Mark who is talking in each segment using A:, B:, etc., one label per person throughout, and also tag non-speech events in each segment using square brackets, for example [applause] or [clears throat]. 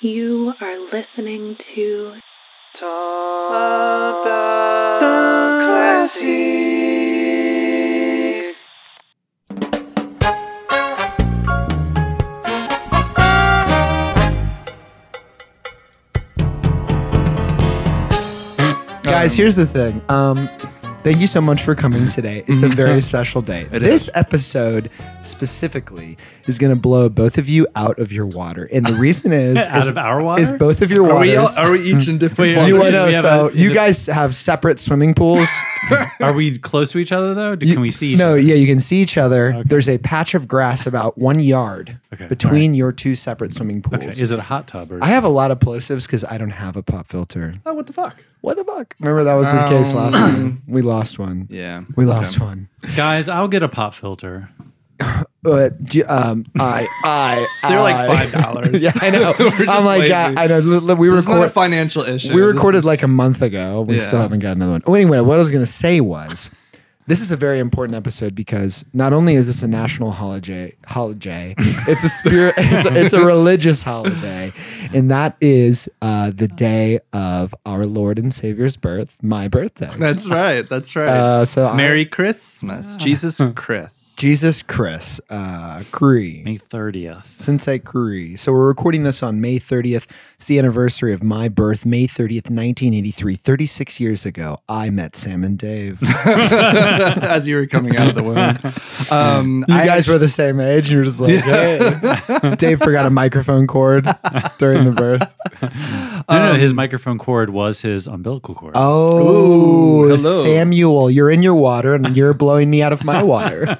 A: You are listening to
B: Talk about the classic.
C: Guys,
D: Um,
C: here's the thing. Um, thank you so much for coming today. It's
E: [laughs]
C: a very special day.
D: It
C: this episode specifically is going to blow both of you out of your water, and the reason
E: [laughs]
C: is
E: Out
C: is,
E: of our water?
C: is both of your
D: Are we, all,
C: waters.
D: are we each in different
E: Wait,
D: ones?
C: you
E: we
C: know,
E: have
C: so
E: a-
C: you guys have separate
E: [laughs]
C: swimming pools.
E: Are we close to each other though? Do-
C: You-
E: Can we see? Each
C: No,
E: other?
C: yeah, you can see each other. There's a patch of grass about one yard
E: Okay,
C: between your two separate swimming pools.
E: Okay. Is it a hot tub or?
C: I have a lot of plosives because I don't have a pop filter.
D: Oh, what the fuck?
C: What the fuck? Remember that was the case last
E: Um,
C: time. We lost one.
D: Yeah.
C: We lost one.
E: [laughs] Guys, I'll get a pop filter.
C: But do you- um, I, I,
D: [laughs] They're like
C: I-
D: five
C: [laughs]
D: dollars.
C: yeah, I know.
D: [laughs] We're just
C: I'm like,
D: lazy.
C: yeah, I know. L- l- We
D: It's not a
C: record,
D: financial issue.
C: we
D: This
C: recorded
D: is-
C: like a month ago. We
D: Yeah.
C: still haven't got another one. Oh, anyway, what I was gonna say was, this is a very important episode because not only is this a national holiday, holiday, it's a spirit, [laughs] it's a, it's a religious holiday, and that is uh, the day of our Lord and Savior's birth, my birthday.
D: That's right. That's right.
C: Uh, so I- [laughs]
D: Merry Christmas, Jesus Christ.
C: Jesus Chris uh, Cree.
E: May thirtieth.
C: Sensei Curry. So we're recording this on May 30th. It's the anniversary of my birth, May 30th, 1983. 36 years ago, I met Sam and Dave. You
D: As you were
C: [laughs]
D: coming out of the [laughs] womb, um, I
C: guys were the same age, and you're just like, hey. Dave forgot a microphone cord during the birth.
E: no, no, his microphone cord was his umbilical cord.
C: Um, Oh,
D: [laughs] Ooh, hello.
C: Samuel, you're in your water, and you're blowing me out of my
D: [laughs]
C: water.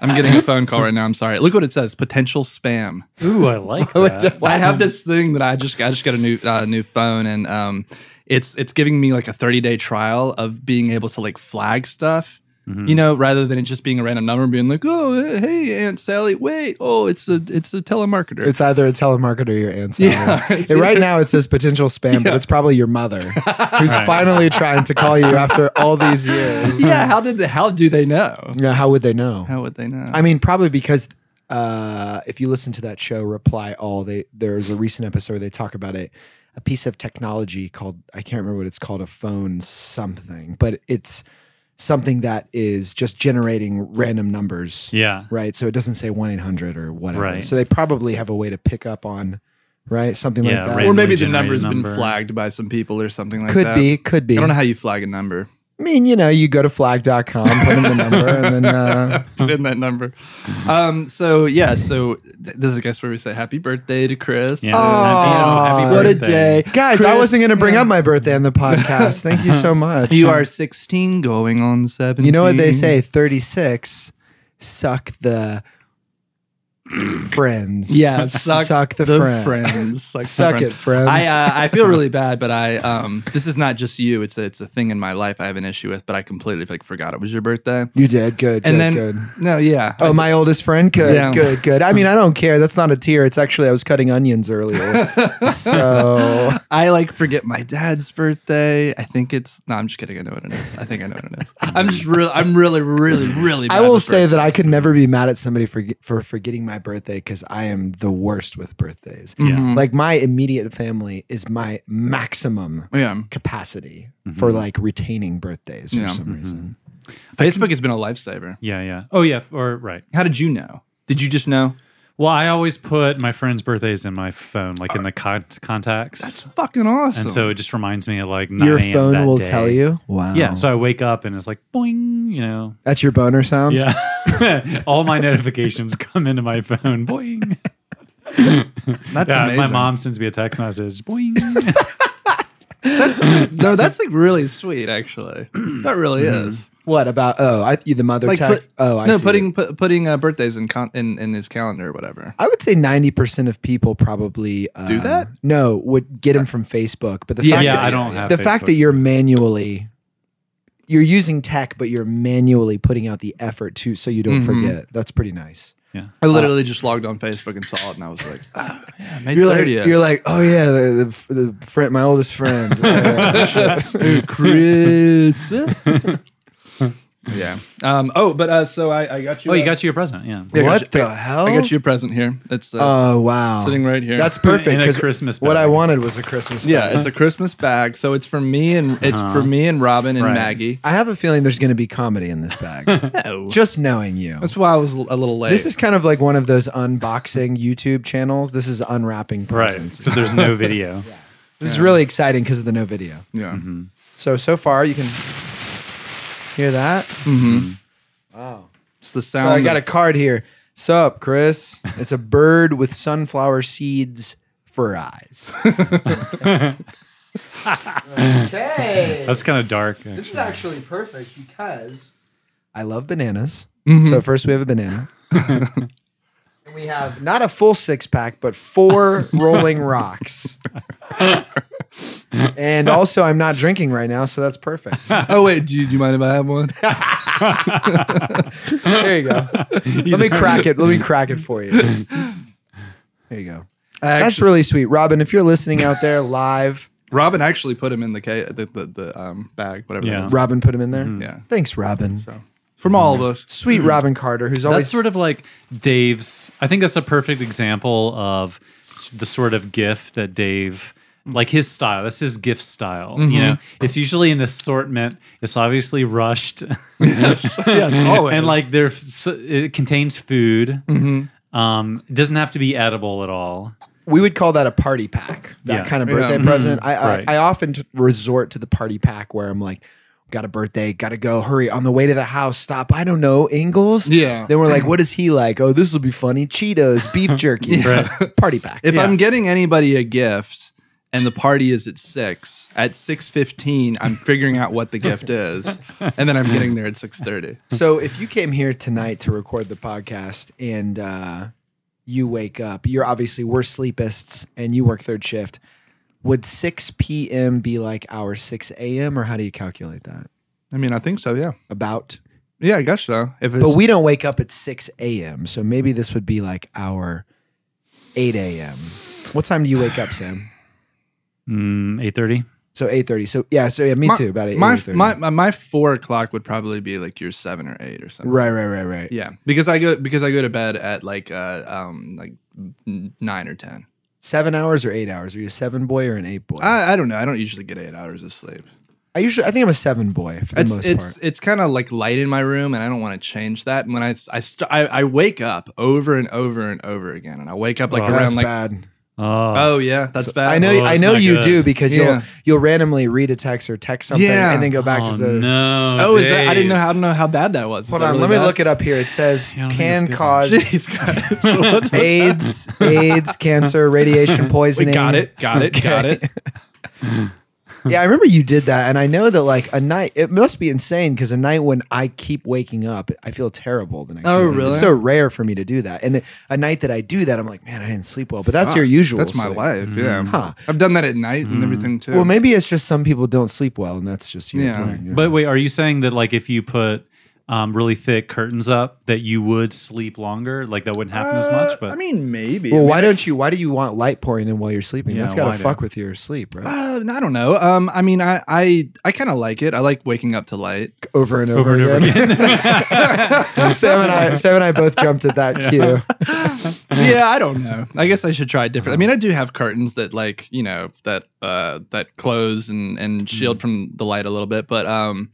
D: I'm getting a phone call right now. I'm sorry. Look what it says: potential spam.
E: Ooh, I
C: [laughs]
E: like
C: Oh,
E: that.
D: I have this thing that I just I just got a new uh, new phone and um, it's it's giving me like a 30 day trial of being able to like flag stuff.
C: Mm-hmm.
D: You know, rather than it just being a random number and being like, "Oh, eh, hey, Aunt Sally, wait, oh, it's a it's a telemarketer."
C: It's either a telemarketer or your aunt.
D: [laughs] Yeah,
C: Sally.
D: it's
C: And right now [laughs] it says potential spam, but it's probably your
D: [laughs]
C: mother who's finally trying to call you after all these years.
D: yeah, how did the, how do they know?
C: Yeah, how would they know?
D: How would they know?
C: I mean, probably because uh, if you listen to that show, Reply All, they there's a recent episode where they talk about a a piece of technology called I can't remember what it's called, a phone something, but it's something that is just generating random numbers,
E: Yeah.
C: right? So it doesn't say one eight hundred or whatever.
E: Right.
C: So they probably have a way to pick up on, right? Something
E: Yeah,
C: like that.
E: random
D: or
C: Or
D: maybe
E: randomly
D: the
E: generated
D: number's
E: number.
D: been flagged by some people or something like
C: could
D: that.
C: be, could be.
D: I don't know how you flag a number.
C: I mean, you know, you go to flag.com, put in the number, and then
D: [laughs]
C: uh,
D: Put in that number. Um, so yeah, so th- this is I guess where we say happy birthday to Chris.
E: Yeah. Happy- happy
D: what a
E: birthday.
D: day.
C: guys, I
D: Chris,
C: wasn't going to bring
D: yeah.
C: up my birthday on the podcast. Thank you so much.
D: You are 16 going on 17.
C: You know what they say? 36 suck the friends.
D: Yeah, suck,
C: the, friend.
D: Suck, the
C: Suck
D: friends.
C: it, friends.
D: I uh, I feel really bad, but I um this is not just you. It's a, it's a thing in my life I have an issue with, but I completely like forgot it was your birthday.
C: you did. Good. good,
D: And then
C: good.
D: no, yeah.
C: Oh, my oldest friend? Good,
D: Yeah.
C: good, good. I mean, I don't care. That's not a tear. It's actually, I was cutting onions
D: [laughs]
C: earlier. so,
D: I like forget my dad's birthday. I think it's no. I'm just kidding. I know what it is. I think I know what it is. I'm just really. I'm really, really, really.
C: I
D: bad
C: will
D: with
C: say
D: birthdays.
C: that I could never be mad at somebody for, for forgetting my birthday because I am the worst with birthdays.
E: Mm-hmm.
D: Mhm.
C: Like, my immediate family is my maximum
D: Yeah.
C: capacity for like retaining birthdays for
D: Mm-hmm. Yeah.
E: Mm-hmm.
C: some reason.
D: Facebook has been a lifesaver.
E: Yeah, yeah. Oh yeah. Or right.
D: How did you know? Did you just know?
E: Well, I always put my friends' birthdays in my phone, like in the con- contacts,
D: It's fucking awesome.
E: and so it just reminds me of like 9
C: your
E: a.m.
C: phone
E: that
C: will
E: day.
C: tell you. Oh. Wow.
E: Yeah. So I wake up and it's like boing. You know.
C: that's your boner sound.
E: Yeah. [laughs] All
C: [laughs]
E: my notifications come into my phone. Boing.
D: that's
E: Yeah,
D: amazing.
E: my mom sends me a text message. Boing. [laughs]
D: No, that's like really sweet. Actually, that really
E: Mm-hmm.
D: is.
C: What about? Oh, I you the mother
D: Like,
C: text.
D: put-
C: oh, I
D: no,
C: see.
D: putting put, putting uh, birthdays in, con- in in his calendar or whatever.
C: I would say ninety percent of people probably uh,
D: Do that?
C: No, would get them from Facebook. But the
D: Yeah,
C: fact
E: yeah,
C: that,
E: I don't have
C: the fact that
E: Facebook.
C: you're manually you're using tech, but you're manually putting out the effort to so you don't forget. That's pretty nice.
D: I
C: Uh,
D: literally just logged on Facebook and saw it, and I was
C: [laughs]
D: like, oh, yeah, May
C: You're like,
D: 30th. [laughs]
C: you're like, oh yeah, the, the, the friend, Uh, my "Oh, oldest friend,
D: Chris. [laughs] Yeah. Um, oh, but uh, so I, I got you.
E: Oh, you
D: uh,
E: got you a present. Yeah.
D: I got
C: What
D: you-
C: the
D: I-
C: hell?
D: I got you a present here. It's uh,
C: Oh wow!
D: sitting right here.
C: That's perfect.
E: In a
C: 'cause
E: Christmas
C: What
E: bag.
C: I wanted was a Christmas.
D: yeah,
C: bag.
D: it's a Christmas bag. So it's for me and it's
C: Uh-huh.
D: for me and Robin and
E: Right.
D: Maggie.
C: I have a feeling there's going to be comedy in this
D: [laughs]
C: bag.
D: No.
C: Just knowing you.
D: That's why I was a little late.
C: This is kind of like one of those unboxing YouTube channels. This is unwrapping
E: Right.
C: presents.
E: So there's no video.
C: This is really exciting because of the no video.
D: yeah.
C: Mm-hmm. So so far you can hear that.
D: It's the
C: So
D: sound.
C: I got a
D: of-
C: card here. Sup, Chris? It's a bird with sunflower seeds for eyes. okay.
E: That's kind of dark.
F: This is actually perfect because
C: I love bananas. So first we have a banana.
F: we have
C: Not a full six pack, but four rolling rocks. and also I'm not drinking right now, so that's perfect.
D: oh wait, do you, do you mind if I have
C: [laughs]
D: one?
C: There you go. Let me crack it. Let me crack it for you. There you go. That's
D: Actually-
C: really sweet. Robin, if you're listening out
E: [laughs]
C: there live,
D: Robin actually put him in the ca- the, the, the um, bag, whatever.
E: Yeah.
D: Yeah. Is.
C: Robin put him in there.
E: Mm-hmm.
D: Yeah.
C: Thanks, Robin.
D: From all of us.
C: Sweet Robin Carter, who's always
E: That's sort of like Dave's. I think that's a perfect example of s- the sort of gift that Dave, like his style. That's his gift style. You know, it's usually an assortment. It's obviously rushed,
D: always.
E: and like there, it contains food. Um, it doesn't have to be edible at all.
C: we would call that a party pack. That
E: Yeah. Mm-hmm.
C: kind of
D: Yeah.
C: birthday
D: Mhm.
C: present. I, I,
E: Right.
C: I often t- resort to the party pack where I'm like, got a birthday, got to go, hurry on the way to the house, stop. I don't know, Ingles.
D: Yeah.
C: Then we're like, what is he like? Oh, this will be funny. Cheetos, beef jerky, party pack.
E: [laughs]
D: If
E: Yeah.
D: I'm getting anybody a gift and the party is at six, at six fifteen, I'm figuring out what the
C: [laughs]
D: gift is, and then I'm getting there at six thirty.
C: So if you came here tonight to record the podcast and uh, you wake up, you're obviously we're sleepists and you work third shift. Would 6 p.m. be like our 6 a.m. or how do you calculate that?
D: I mean, I think so. Yeah.
C: About.
D: Yeah, I guess so. If it's
C: But we don't wake up at 6 a.m. So maybe this would be like our 8 a.m. What time do you wake up, Sam?
E: Mm, Eight thirty.
C: So 8.30. So yeah, so yeah, me
D: my,
C: too. About 8,
D: my,
C: 8:30.
D: my my my four o'clock would probably be like your seven or eight or something.
C: right, right, right, right.
D: Yeah, because I go because I go to bed at like uh um like n- nine or ten.
C: Seven hours or eight hours? Are you a seven boy or an eight boy?
D: I, I don't know. I don't usually get eight hours of sleep.
C: I usually, I think I'm a seven boy for the
D: It's
C: most
D: it's
C: part.
D: it's kind of like light in my room, and I don't want to change that. And when I s- I, st- I I wake up over and over and over again, and I wake up like
E: Wow.
D: around
C: That's
D: like
C: bad.
E: Oh,
D: oh yeah, that's bad.
C: I know,
E: Oh,
C: I
E: that's
C: know
E: not
C: you
E: good.
C: do because
D: Yeah.
C: you'll you'll randomly read a text or text something
D: Yeah.
C: and then go back
E: Oh,
C: to the.
E: no.
D: Oh, is that, I didn't know.
E: Dave.
D: How, I don't know how bad that was. Is
C: Hold
D: that
C: on,
D: really
C: let me
D: bad?
C: look it up here. It says
E: I don't think it's
C: can
E: good.
C: cause
D: [laughs] Jeez, guys. [laughs] What's-
C: AIDS, AIDS, cancer, radiation
D: [laughs] we
C: poisoning.
D: got it, got it, got
C: Okay.
D: [laughs] it.
C: Yeah, I remember you did that, and I know that like a night it must be insane because a night when I keep waking up, I feel terrible the next.
D: Oh,
C: morning.
D: really?
C: It's so rare for me to do that, and a night that I do that, I'm like, man, I didn't sleep well. But that's your
D: Fuck,
C: usual.
D: That's my
C: sleep.
D: life. Yeah,
C: Huh.
D: I've done that at night
E: Hmm.
D: and everything too.
C: Well, maybe it's just some people don't sleep well, and that's just your
D: Yeah.
C: plan,
E: But wait, are you saying that like if you put um, really thick curtains up, that you would sleep longer? Like that wouldn't happen as much. But
D: Uh, I mean, maybe.
C: Well,
D: I mean,
C: why don't you? Why do you want light pouring in while you're sleeping?
E: Yeah,
C: That's got
E: why
C: to
E: do-
C: fuck with your sleep, right?
D: Uh, I don't know. Um, I mean, I I, I kind of like it. I like waking up
E: [laughs]
D: to light.
C: Over and over,
E: over and over
C: again.
E: again. [laughs]
C: Sam and I, Sam and I both jumped at that cue. Uh,
D: yeah, I don't know. I guess I should try different. I
E: Oh.
D: mean, I do have curtains that like you know that uh that close and
E: Hmm.
D: and shield from the light a little bit, but um,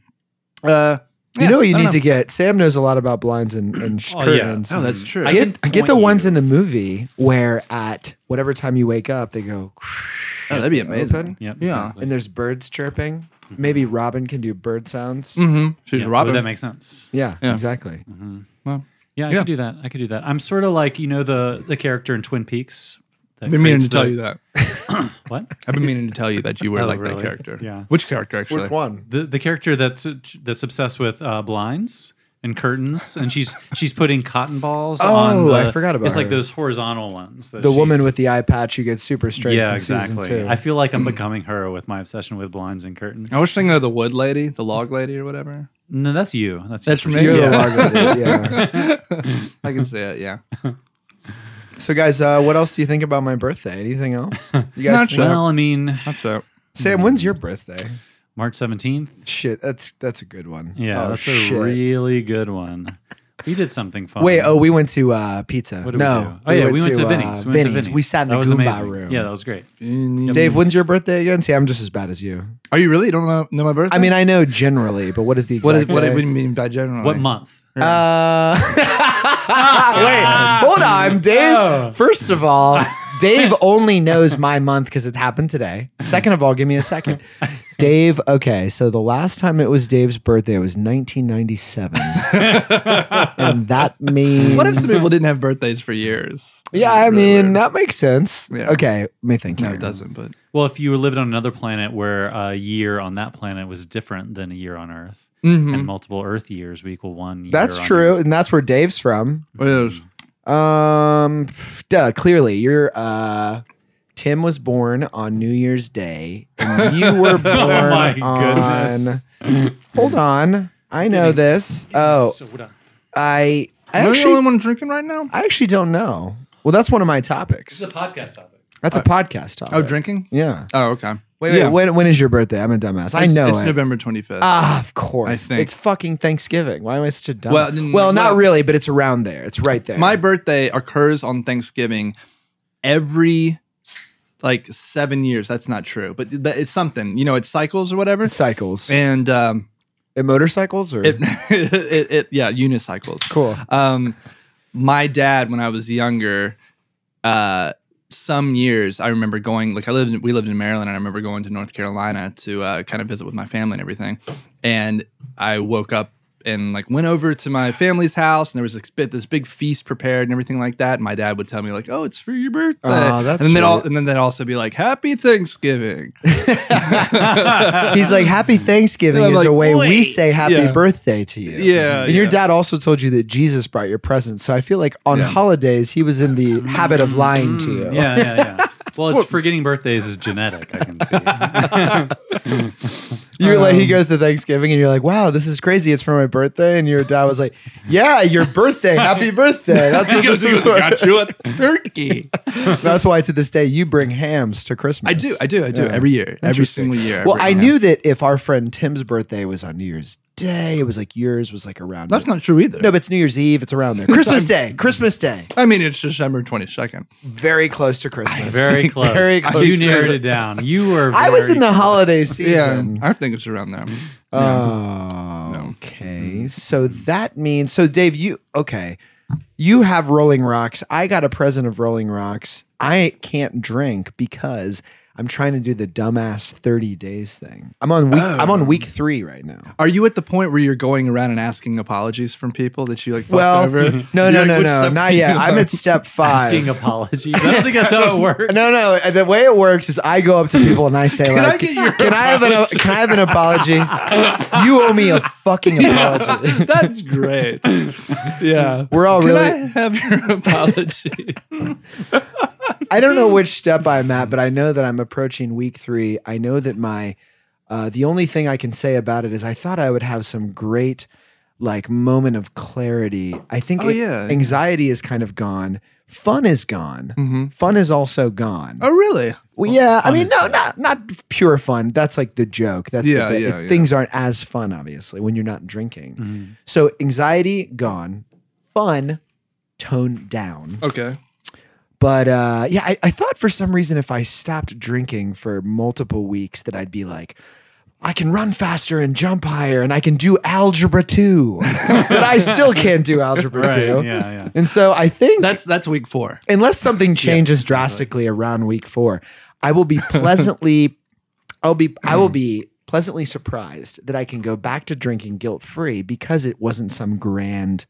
D: uh,
C: you know what you
D: I don't
C: need to get. Sam knows a lot about blinds and, and sh-
E: Oh, yeah.
C: curtains.
D: Oh, that's true.
E: I
D: Yeah.
E: can
C: Get, get the
E: point
C: ones
E: you.
C: in the movie where at whatever time you wake up, they go, [laughs]
D: Oh, that'd be amazing.
C: Open.
E: Yep,
D: Yeah.
E: exactly.
C: and there's birds chirping.
E: Mm-hmm.
C: Maybe Robin can do bird sounds.
E: Mm.
D: Mm-hmm. She's
E: Yeah,
D: Robin.
E: Would that make sense?
C: Yeah,
D: Yeah.
C: exactly.
E: Mm-hmm.
D: Well,
E: Yeah, I
D: Yeah.
E: could do that. I could do that. I'm sort of like you know the the character in Twin Peaks. that
D: I've been meaning
E: creates
D: to tell
E: the-
D: you that.
E: What?
D: I've been meaning to tell you
E: [laughs]
D: that you were
E: Oh,
D: like
E: really?
D: that character.
E: Yeah.
D: Which character actually?
C: Which one?
E: The the character that's that's obsessed with uh, blinds and curtains, and she's she's putting cotton balls. on
C: Oh, I
E: the-
C: forgot about
E: It's like
C: her.
E: those horizontal ones. that
C: The woman
E: she's-
C: with the eye patch who gets super straight.
E: yeah,
C: in season
E: exactly.
C: two. Mm.
E: I feel like I'm becoming her with my obsession with blinds and curtains.
D: I was thinking of the wood lady, the log lady, or whatever.
E: no, that's you. That's,
D: That's
E: you.
D: me.
C: You're
D: Yeah.
C: the log lady,
E: [laughs]
C: yeah.
D: I can see it. Yeah.
C: So, guys, uh, what else do you think about
E: [laughs]
C: my birthday? Anything else? You guys,
D: Not
C: think-
D: sure.
E: Well, I mean,
D: That's it.
C: Sam, when's your birthday?
E: March 17th.
C: Shit, that's that's a good one.
E: Yeah,
C: Oh,
E: that's
C: shit.
E: a really good one. We did something fun.
C: Wait, oh, we went to uh, pizza.
E: What did
C: no,
E: we do? Oh, yeah, we went to
C: uh,
E: Vinny's. We went to
C: Vinny's.
E: Vinny's.
C: We sat in
E: That
C: the
E: was
C: Goomba
E: amazing.
C: room.
E: Yeah, that was great.
C: Dave, when's your birthday again? See, I'm just as bad as you.
D: Mm, Are you really? You don't know, know my birthday?
C: I mean, I know generally, but what is the exact
D: what, is, what
C: day?
D: do you mean by generally?
E: What month?
C: Uh, [laughs] wait, hold on, Dave.
E: Oh.
C: First of all, Dave only knows my month because it happened today. Second of all, give me a second. Dave, okay, so the last time it was Dave's birthday was 1997. and that means.
D: What if some people didn't have birthdays for years?
C: Yeah, I mean, that makes sense.
D: Yeah.
C: Okay, let me think.
D: No,
C: here.
D: it doesn't. But
E: Well, if you lived on another planet where a year on that planet was different than a year on Earth, and multiple Earth years would equal one year.
C: Mm-hmm. That's
E: on
C: true,
E: Earth.
C: and that's where Dave's from.
D: What is-
C: Um, duh, clearly, you're, uh, Tim was born on New Year's Day, and
D: [laughs]
C: you
D: Oh
C: were born
E: my
C: on.
E: goodness.
C: Hold on, I know this. Oh, I, I
D: Am I the only
C: actually,
D: one drinking right now?
C: I actually don't know. Well, that's one of my topics.
E: This is a podcast topic.
C: That's a podcast topic.
D: Oh, drinking?
C: Yeah.
D: Oh, okay.
C: Wait, wait.
D: Yeah.
C: When, when is your birthday? I'm a dumbass. I
D: It's-
C: know
D: It's
C: it.
D: November 25th.
C: Ah, of course.
D: I think.
C: it's fucking Thanksgiving. Why am I such a dumb?
D: Well,
C: Well,
D: n- well-
C: not really, but it's around there. It's right there.
D: My birthday occurs on Thanksgiving every like seven years. That's not true, but th- it's something. You know, it cycles or whatever.
C: It cycles.
D: And um, [laughs]
C: It motorcycles or
D: it, it, it, yeah, unicycles.
C: cool.
D: Um, my dad, when I was younger, uh, some years I remember going. Like I lived, in, we lived in Maryland, and I remember going to North Carolina to uh, kind of visit with my family and everything. And I woke up and like went over to my family's house, and there was this bit, this big feast prepared and everything like that. And my dad would tell me like, "Oh, it's for your birthday,"
C: Aw, that's
D: and then they'd all,
C: sweet.
D: and then they'd also be like, "Happy Thanksgiving."
C: He's like,
D: [laughs]
C: Happy Thanksgiving
D: And I'm
C: is
D: like,
C: a way we
D: wait.
C: say happy
D: Yeah.
C: birthday to you.
D: Yeah,
C: And your
D: yeah.
C: dad also told you that Jesus brought your presents. So I feel like on
D: Yeah.
C: holidays, he was in
D: [laughs]
C: the habit of lying to you.
E: Yeah, yeah, yeah. Well, it's forgetting birthdays is genetic. I can
C: [laughs]
E: see.
C: You're like,
D: Um,
C: he goes to Thanksgiving and you're like, wow, this is crazy. It's for my birthday. And your dad was like, yeah, your birthday. Happy
D: [laughs]
C: birthday. [laughs] That's what this is for.
D: you a
C: [laughs]
D: turkey.
C: That's why to this day you bring hams to Christmas.
D: I do, I do, I do every year, every single year.
C: Well,
D: bring
C: I
D: ham.
C: knew that if our friend Tim's birthday was on New Year's Day, it was like yours was like around.
D: that's not true either.
C: No, but it's New Year's Eve. It's around
D: [laughs]
C: there. Christmas Day. Christmas Day.
D: I mean, it's December 22nd.
C: Very close to
D: [laughs]
C: Christmas.
E: Very close.
C: [laughs] Very close.
E: You narrowed it down.
C: [laughs]
E: You were.
C: I was
E: very
C: in the
E: close.
C: holiday
D: Yeah,
C: season.
D: I think it's around there.
C: Oh, okay. So that means so Dave, you okay. You have Rolling Rocks. I got a present of Rolling Rocks. I can't drink because I'm trying to do the dumbass 30 days thing. I'm on week I'm
D: Oh.
C: on week 3 right now.
D: Are you at the point where you're going around and asking apologies from people that you like fucked
C: Well, [laughs]
D: over?
C: no,
D: You're
C: no,
D: like,
C: no,
D: "Which
C: no.
D: step
C: Not
D: are you
C: yet. I'm
D: on?"
C: at step 5.
E: asking apologies. I don't think that's
C: [laughs]
E: how it works.
C: No, no. The way it works is I go up to people and I
D: [laughs]
C: say,
D: I
C: like,
D: get your
C: can I have an can I have an apology? you owe me a fucking apology. [laughs]
D: [laughs] That's great. Yeah.
C: We're all
D: Can
C: really.
D: I
E: [laughs]
D: have your apology?
C: I don't know which step I'm at, but I know that I'm approaching week three. I know that my uh, the only thing I can say about it is I thought I would have some great like moment of clarity. I think
D: Oh,
C: it-
D: yeah.
C: anxiety is kind of gone. Fun is gone.
D: Mm-hmm.
C: Fun is also gone.
D: oh, really?
C: Well, yeah, I
E: fun
C: mean,
E: is
C: no, not not pure fun. That's like the joke. That's
D: Yeah,
C: the bit.
D: yeah,
C: It-
D: yeah. Mm-hmm.
C: Things aren't as fun, obviously, when you're not drinking. So anxiety gone, fun toned down.
D: Okay.
C: But uh, yeah, I, I thought for some reason if I stopped drinking for multiple weeks that I'd be like, I can run faster and jump higher and I can do algebra two. [laughs] but I still can't do algebra
E: Right,
C: two.
E: yeah, yeah.
C: And so I think
D: That's that's week four.
C: unless
D: [laughs]
C: something changes drastically around week four, I will be pleasantly, [laughs] I'll be, I
D: Hmm.
C: will be pleasantly surprised that I can go back to drinking guilt free because it wasn't some grand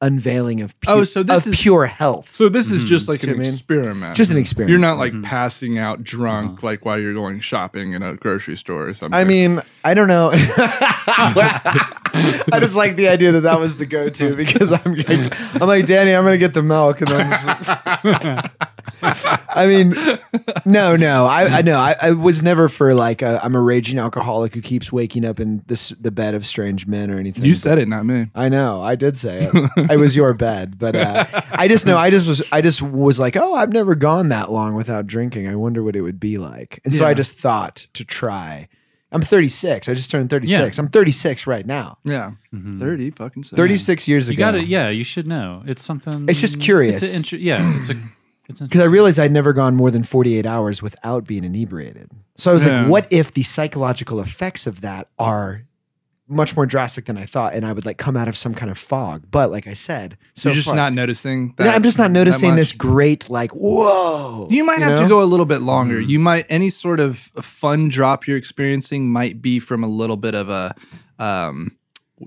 C: unveiling of pu-
D: Oh, so this
C: of
D: is-
C: pure health.
D: So this is just like
C: See
D: an
C: what I mean?
D: experiment.
C: Just an experiment.
D: You're not like passing out drunk like while you're going shopping in a grocery store or something.
C: I mean, I don't know. [laughs] I just like the idea that that was the
D: [laughs]
C: go-to because I'm like, I'm like Danny, I'm gonna get the milk, and then I'm just- I mean, no, no, I, I know I, I was never for like i I'm a raging alcoholic who keeps waking up in this the bed of strange men or anything.
D: you said it, not me.
C: I know. I did say it.
D: [laughs]
C: it was your bed, but uh, I just know. I just was. I just was like, oh, I've never gone that long without drinking. I wonder what it would be like. And so I
D: Yeah.
C: just thought to try. I'm 36. I just turned 36. I'm 36 right now.
D: Yeah. 30 fucking seconds.
C: 36 years
E: You
C: ago.
E: got to Yeah, you should know. It's something.
C: It's just curious.
E: It's an inter- yeah, it's a. It's
C: because I
E: interesting.
C: realized I'd never gone more than 48 hours without being inebriated. So I was
D: Yeah.
C: like, what if the psychological effects of that are much more drastic than I thought? And I would like come out of some kind of fog. But like I said, so
D: You're just
C: far-
D: not noticing that.
C: No, I'm just not
D: that
C: noticing
D: much?
C: this great, like, whoa.
D: You might have
C: know? Hmm.
D: to go a little bit longer. You might any sort of fun drop you're experiencing might be from a little bit of a um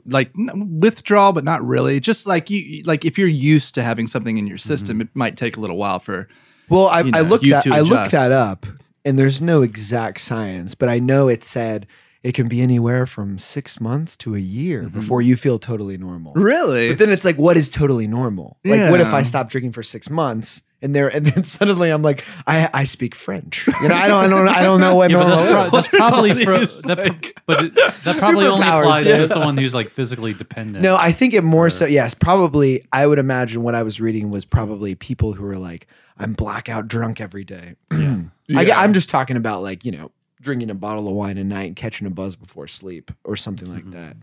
D: like n- withdrawal but not really. Just like you like if you're used to having something in your
C: Mm-hmm.
D: system it might take a little while for
C: Well, I,
D: you
C: I
D: know,
C: looked
D: you
C: that
D: to
C: I looked
D: adjust.
C: that up, and there's no exact science, but I know it said it can be anywhere from six months to a year
D: Mm-hmm.
C: before you feel totally normal.
D: Really?
C: But then it's like, what is totally normal? Like, what if I
D: Yeah.
C: stop drinking for six months? And there, and then [laughs] suddenly I'm like, I, I speak French. You know, I don't, I don't, I don't know what
E: Yeah, but
C: normal
E: that's, pro-
C: is. [laughs]
E: that's probably
D: What
E: for
D: are these,
E: that, [laughs] but it, that probably only
C: Superpowers,
E: applies
C: yeah.
E: to someone who's like physically dependent.
C: No, I think it more so. Yes, probably. I would imagine what I was reading was probably people who are like, I'm blackout drunk every day. [clears throat] I, am just talking about like you know drinking a bottle of wine a night and catching a buzz before sleep or something like that.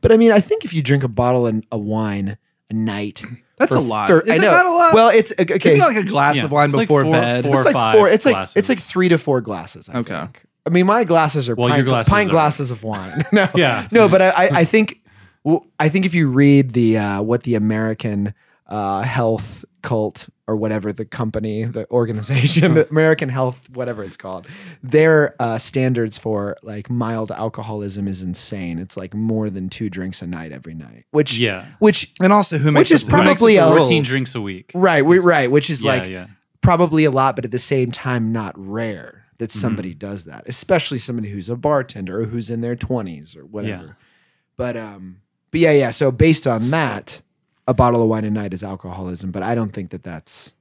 C: But I mean, I think if you drink a bottle and a wine a night,
D: That's
C: for
D: a lot.
C: thir-
D: Is
C: I
D: it
C: know.
D: not a lot?
C: Well, it's okay.
D: Isn't it like a glass
E: Yeah.
D: of wine
E: It's like
D: before
E: four-
D: bed?
E: four-
C: it's like
E: five
C: four. It's like it's
E: glasses.
C: like three to four glasses. I
D: Okay.
C: think. I mean, my glasses are
E: Well,
C: pint,
E: your glasses
C: pint
E: are-
C: glasses of wine. [laughs] no,
E: Yeah.
C: no, but I, I, I think, well, I think if you read the uh, what the American uh, health cult or whatever the company, the organization, the [laughs] American Health, whatever it's called, their uh, standards for like mild alcoholism is insane. It's like more than two drinks a night every night, which
E: Yeah.
C: which
D: and also who
C: Which
D: makes
C: is
D: up the- who makes
C: probably
D: up
C: a-
D: the rules?
E: 14 drinks a week.
C: right, we, right, which is
E: yeah,
C: like
E: yeah.
C: probably a lot, but at the same time, not rare that
D: Mm-hmm.
C: somebody does that, especially somebody who's a bartender or who's in their 20s or whatever.
E: Yeah.
C: But um, but yeah, yeah. So based on that, a bottle of wine a night is alcoholism, but I don't think that that's.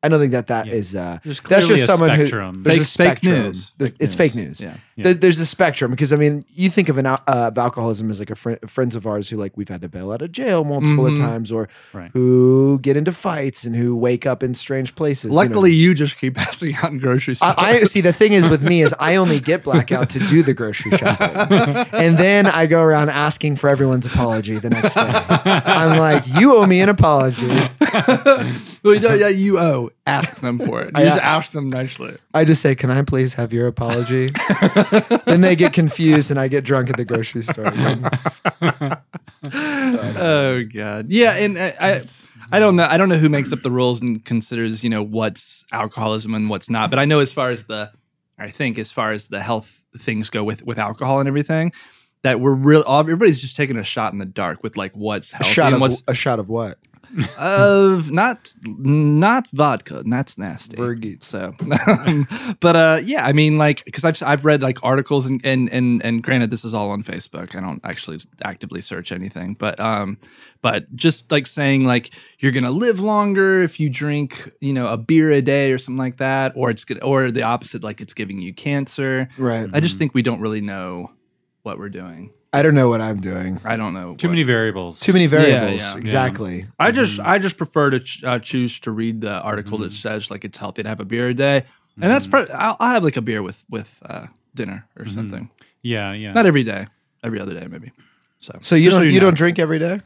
C: I don't think that that
E: Yeah.
C: is. Uh,
E: There's
C: that's
E: clearly
C: just
E: a
C: someone who
E: spectrum.
C: there's a
D: Fake- fake
C: spectrum.
D: news.
C: There-
D: Fake
C: it's
D: news.
C: fake news.
D: Yeah.
C: There- there's a spectrum because I mean, you think of an al- uh, of alcoholism as like a friend, friends of ours who like we've had to bail out of jail multiple
D: Mhm.
C: times, or
E: Right.
C: who get into fights and who wake up in strange places. you know.
D: Luckily you just keep [laughs] passing out in grocery stores. [laughs]
C: I, I see. The thing is with me is I only get blackout to do the grocery shopping, and then I go around asking for everyone's apology the next day. I'm like, you owe me an apology.
D: well, you know, yeah, you owe. Ask them for it. You
C: I- uh,
D: just ask them nicely.
C: I just say, can I please have your apology? then they get confused, and I get drunk at the grocery [laughs] store. again.
D: Oh god, yeah, and I, I, I don't know, I don't know who makes up the rules and considers, you know, what's alcoholism and what's not. But I know as far as the, I think as far as the health things go with with alcohol and everything, that we're real. all- Everybody's just taking a shot in the dark with like what's
C: A
D: healthy
C: shot
D: and
C: of
D: what's
C: a shot of what?
D: of not not vodka. and That's nasty.
C: Vergi-
D: So, [laughs] but uh, yeah, I mean, like, because I've I've read like articles and and and and granted, this is all on Facebook. I don't actually actively search anything, but um, but just like saying like you're gonna live longer if you drink you know a beer a day or something like that, or it's good, or the opposite, like it's giving you cancer.
C: Right.
D: I just think we don't really know what we're doing.
C: I don't know what I'm doing.
D: I don't know
E: Too
D: what-
E: many variables.
C: Too many variables.
D: yeah.
C: exactly.
D: I just
E: Mm-hmm.
D: I just prefer to ch- uh, choose to read the article that says like it's healthy to have a beer a day, and that's
E: Mm-hmm.
D: probably I'll, I'll have like a beer with with uh, dinner or something.
E: Yeah, Mm-hmm. yeah.
D: Not every day, every other day maybe. So
C: So you
D: just
C: don't you,
D: know.
C: don't drink every day?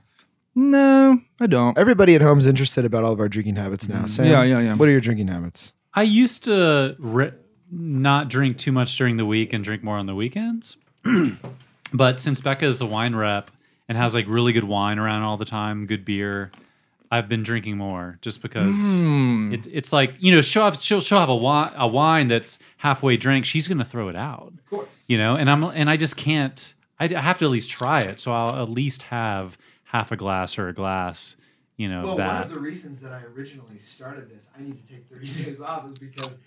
D: No, I don't.
C: Everybody at home's interested about all of our drinking habits now. Sam,
D: Mm-hmm. Yeah, yeah, yeah.
C: What are your drinking habits?
E: I used to ri not drink too much during the week and drink more on the weekends. [clears throat] but since Becca is a wine rep and has like really good wine around all the time, good beer, I've been drinking more just because it, it's like you know she'll have she'll, she'll have a wine a wine that's halfway drank. She's gonna throw it out, of course. You know, and I'm and I just can't. I I have to at least try it, so I'll at least have half a glass or a glass. You know
F: Well, one
E: that.
F: of the reasons that I originally started this, I need to take 30 [laughs] days off, is because,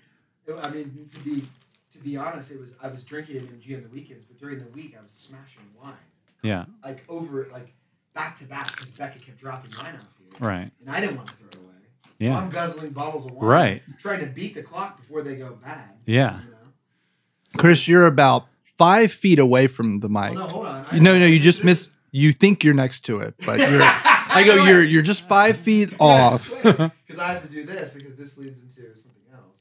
F: I mean, to be to be honest, it was I was drinking MG on the weekends, but during the week I was smashing wine,
E: yeah.
F: like over like back to back, because Becca kept dropping wine off here,
E: Right.
F: and I didn't want to throw it away. So
E: Yeah.
F: I'm guzzling bottles of wine,
E: Right.
F: Trying to beat the clock before they go bad.
E: Yeah.
F: You know?
D: Chris, you're about five feet away from the mic.
F: Well, Oh, no, hold on. I-
D: You- no, no, you
F: this-
D: just
F: this-
D: miss. You think you're next to it, but you're. I go. You're you're just five feet off.
F: because I have to do this because this leads into something else.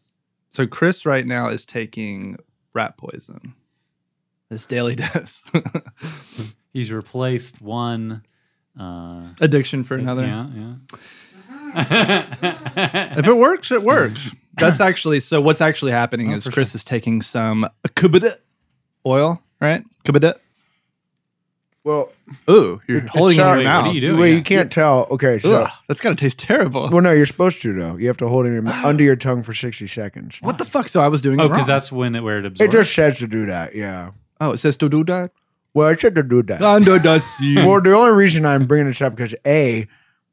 D: So Chris right now is taking rat poison. This daily [laughs] dose.
E: He's replaced one. Uh,
D: Addiction for another.
E: Yeah, yeah. Oh,
D: If it works,
C: [clears throat]
D: it works. That's actually so. What's actually happening
C: Oh,
D: is Chris is taking some kubida oil, right? Kubida.
C: Well,
D: Ooh, you're holding it in your
C: sorry,
D: mouth.
E: What are you doing?
C: well,
E: yeah.
C: you can't tell. Okay, so
D: Ugh, that's gotta taste terrible.
C: well, no, you're supposed to though. You have to hold it in,
E: [sighs]
C: your- under your tongue for sixty seconds.
D: What the fuck? So I was doing
E: Oh,
D: it
E: because
D: wrong.
E: that's when it where it
C: It
E: absorbs.
C: just says to do that. Yeah.
D: oh, it says to do that.
C: Well, it said to do that.
D: Under
C: [laughs]
D: the sea.
C: well, the only reason I'm bringing this up because a,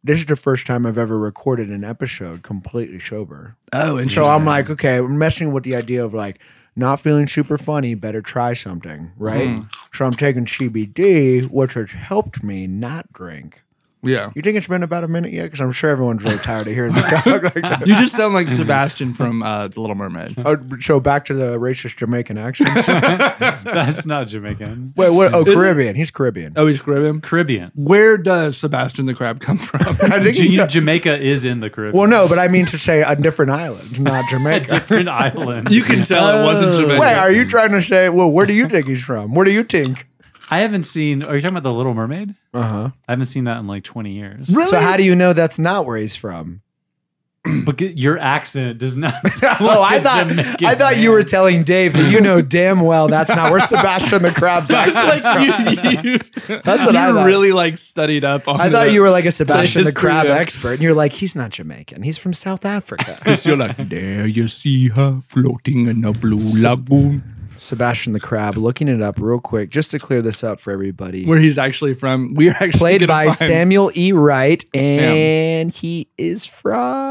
C: this is the first time I've ever recorded an episode completely sober.
D: Oh, interesting.
C: So I'm like, okay, we're messing with the idea of like not feeling super funny, better try something, right?
E: Hmm.
C: So I'm taking CBD, which has helped me not drink. [laughs]
D: yeah.
C: You think it's been about a minute yet? Because I'm sure everyone's really tired
E: [laughs]
C: of hearing me talk like that.
D: You just sound like Sebastian from uh, The Little Mermaid.
C: [laughs] Oh, so back to the racist Jamaican accents.
E: [laughs] that's not Jamaican.
C: [laughs] Wait, what? Oh, Caribbean. He's Caribbean.
D: Oh, he's Caribbean.
E: Caribbean.
D: Where does Sebastian the Crab come from? [laughs]
C: I think
E: J-
C: he-
E: you- Jamaica is in the Caribbean.
C: well, no, but I mean to say a different island,
E: [laughs]
C: not
E: a
C: Jamaica.
E: different island.
D: you can tell it wasn't Jamaican.
C: [laughs] Wait, Oh. are you trying to say? Well, where do you think he's from? Where do you think?
E: I haven't seen. Are you talking about the Little Mermaid?
C: Uh huh.
E: I haven't seen that in like twenty years.
C: So how do you know that's not where he's from?
E: But get- your accent does not.
C: [laughs] Oh, I thought I thought you were telling Dave that you know damn well that's not where Sebastian the Crab's [laughs] accent.
D: like you, you,
C: That's what
D: you
C: I thought.
D: really like studied up on.
C: I thought you were like a Sebastian the
D: history
C: Crab
D: of-
C: expert, and you're like, he's not Jamaican. He's from South
D: [laughs]
C: Africa.
D: You're like, there you see her floating in a blue lagoon.
C: Sebastian the Crab, looking it up real quick, just to clear this up for everybody.
D: Where he's actually from. We're actually
C: Played
D: gonna
C: by
D: find-
C: Samuel E. Wright, and he is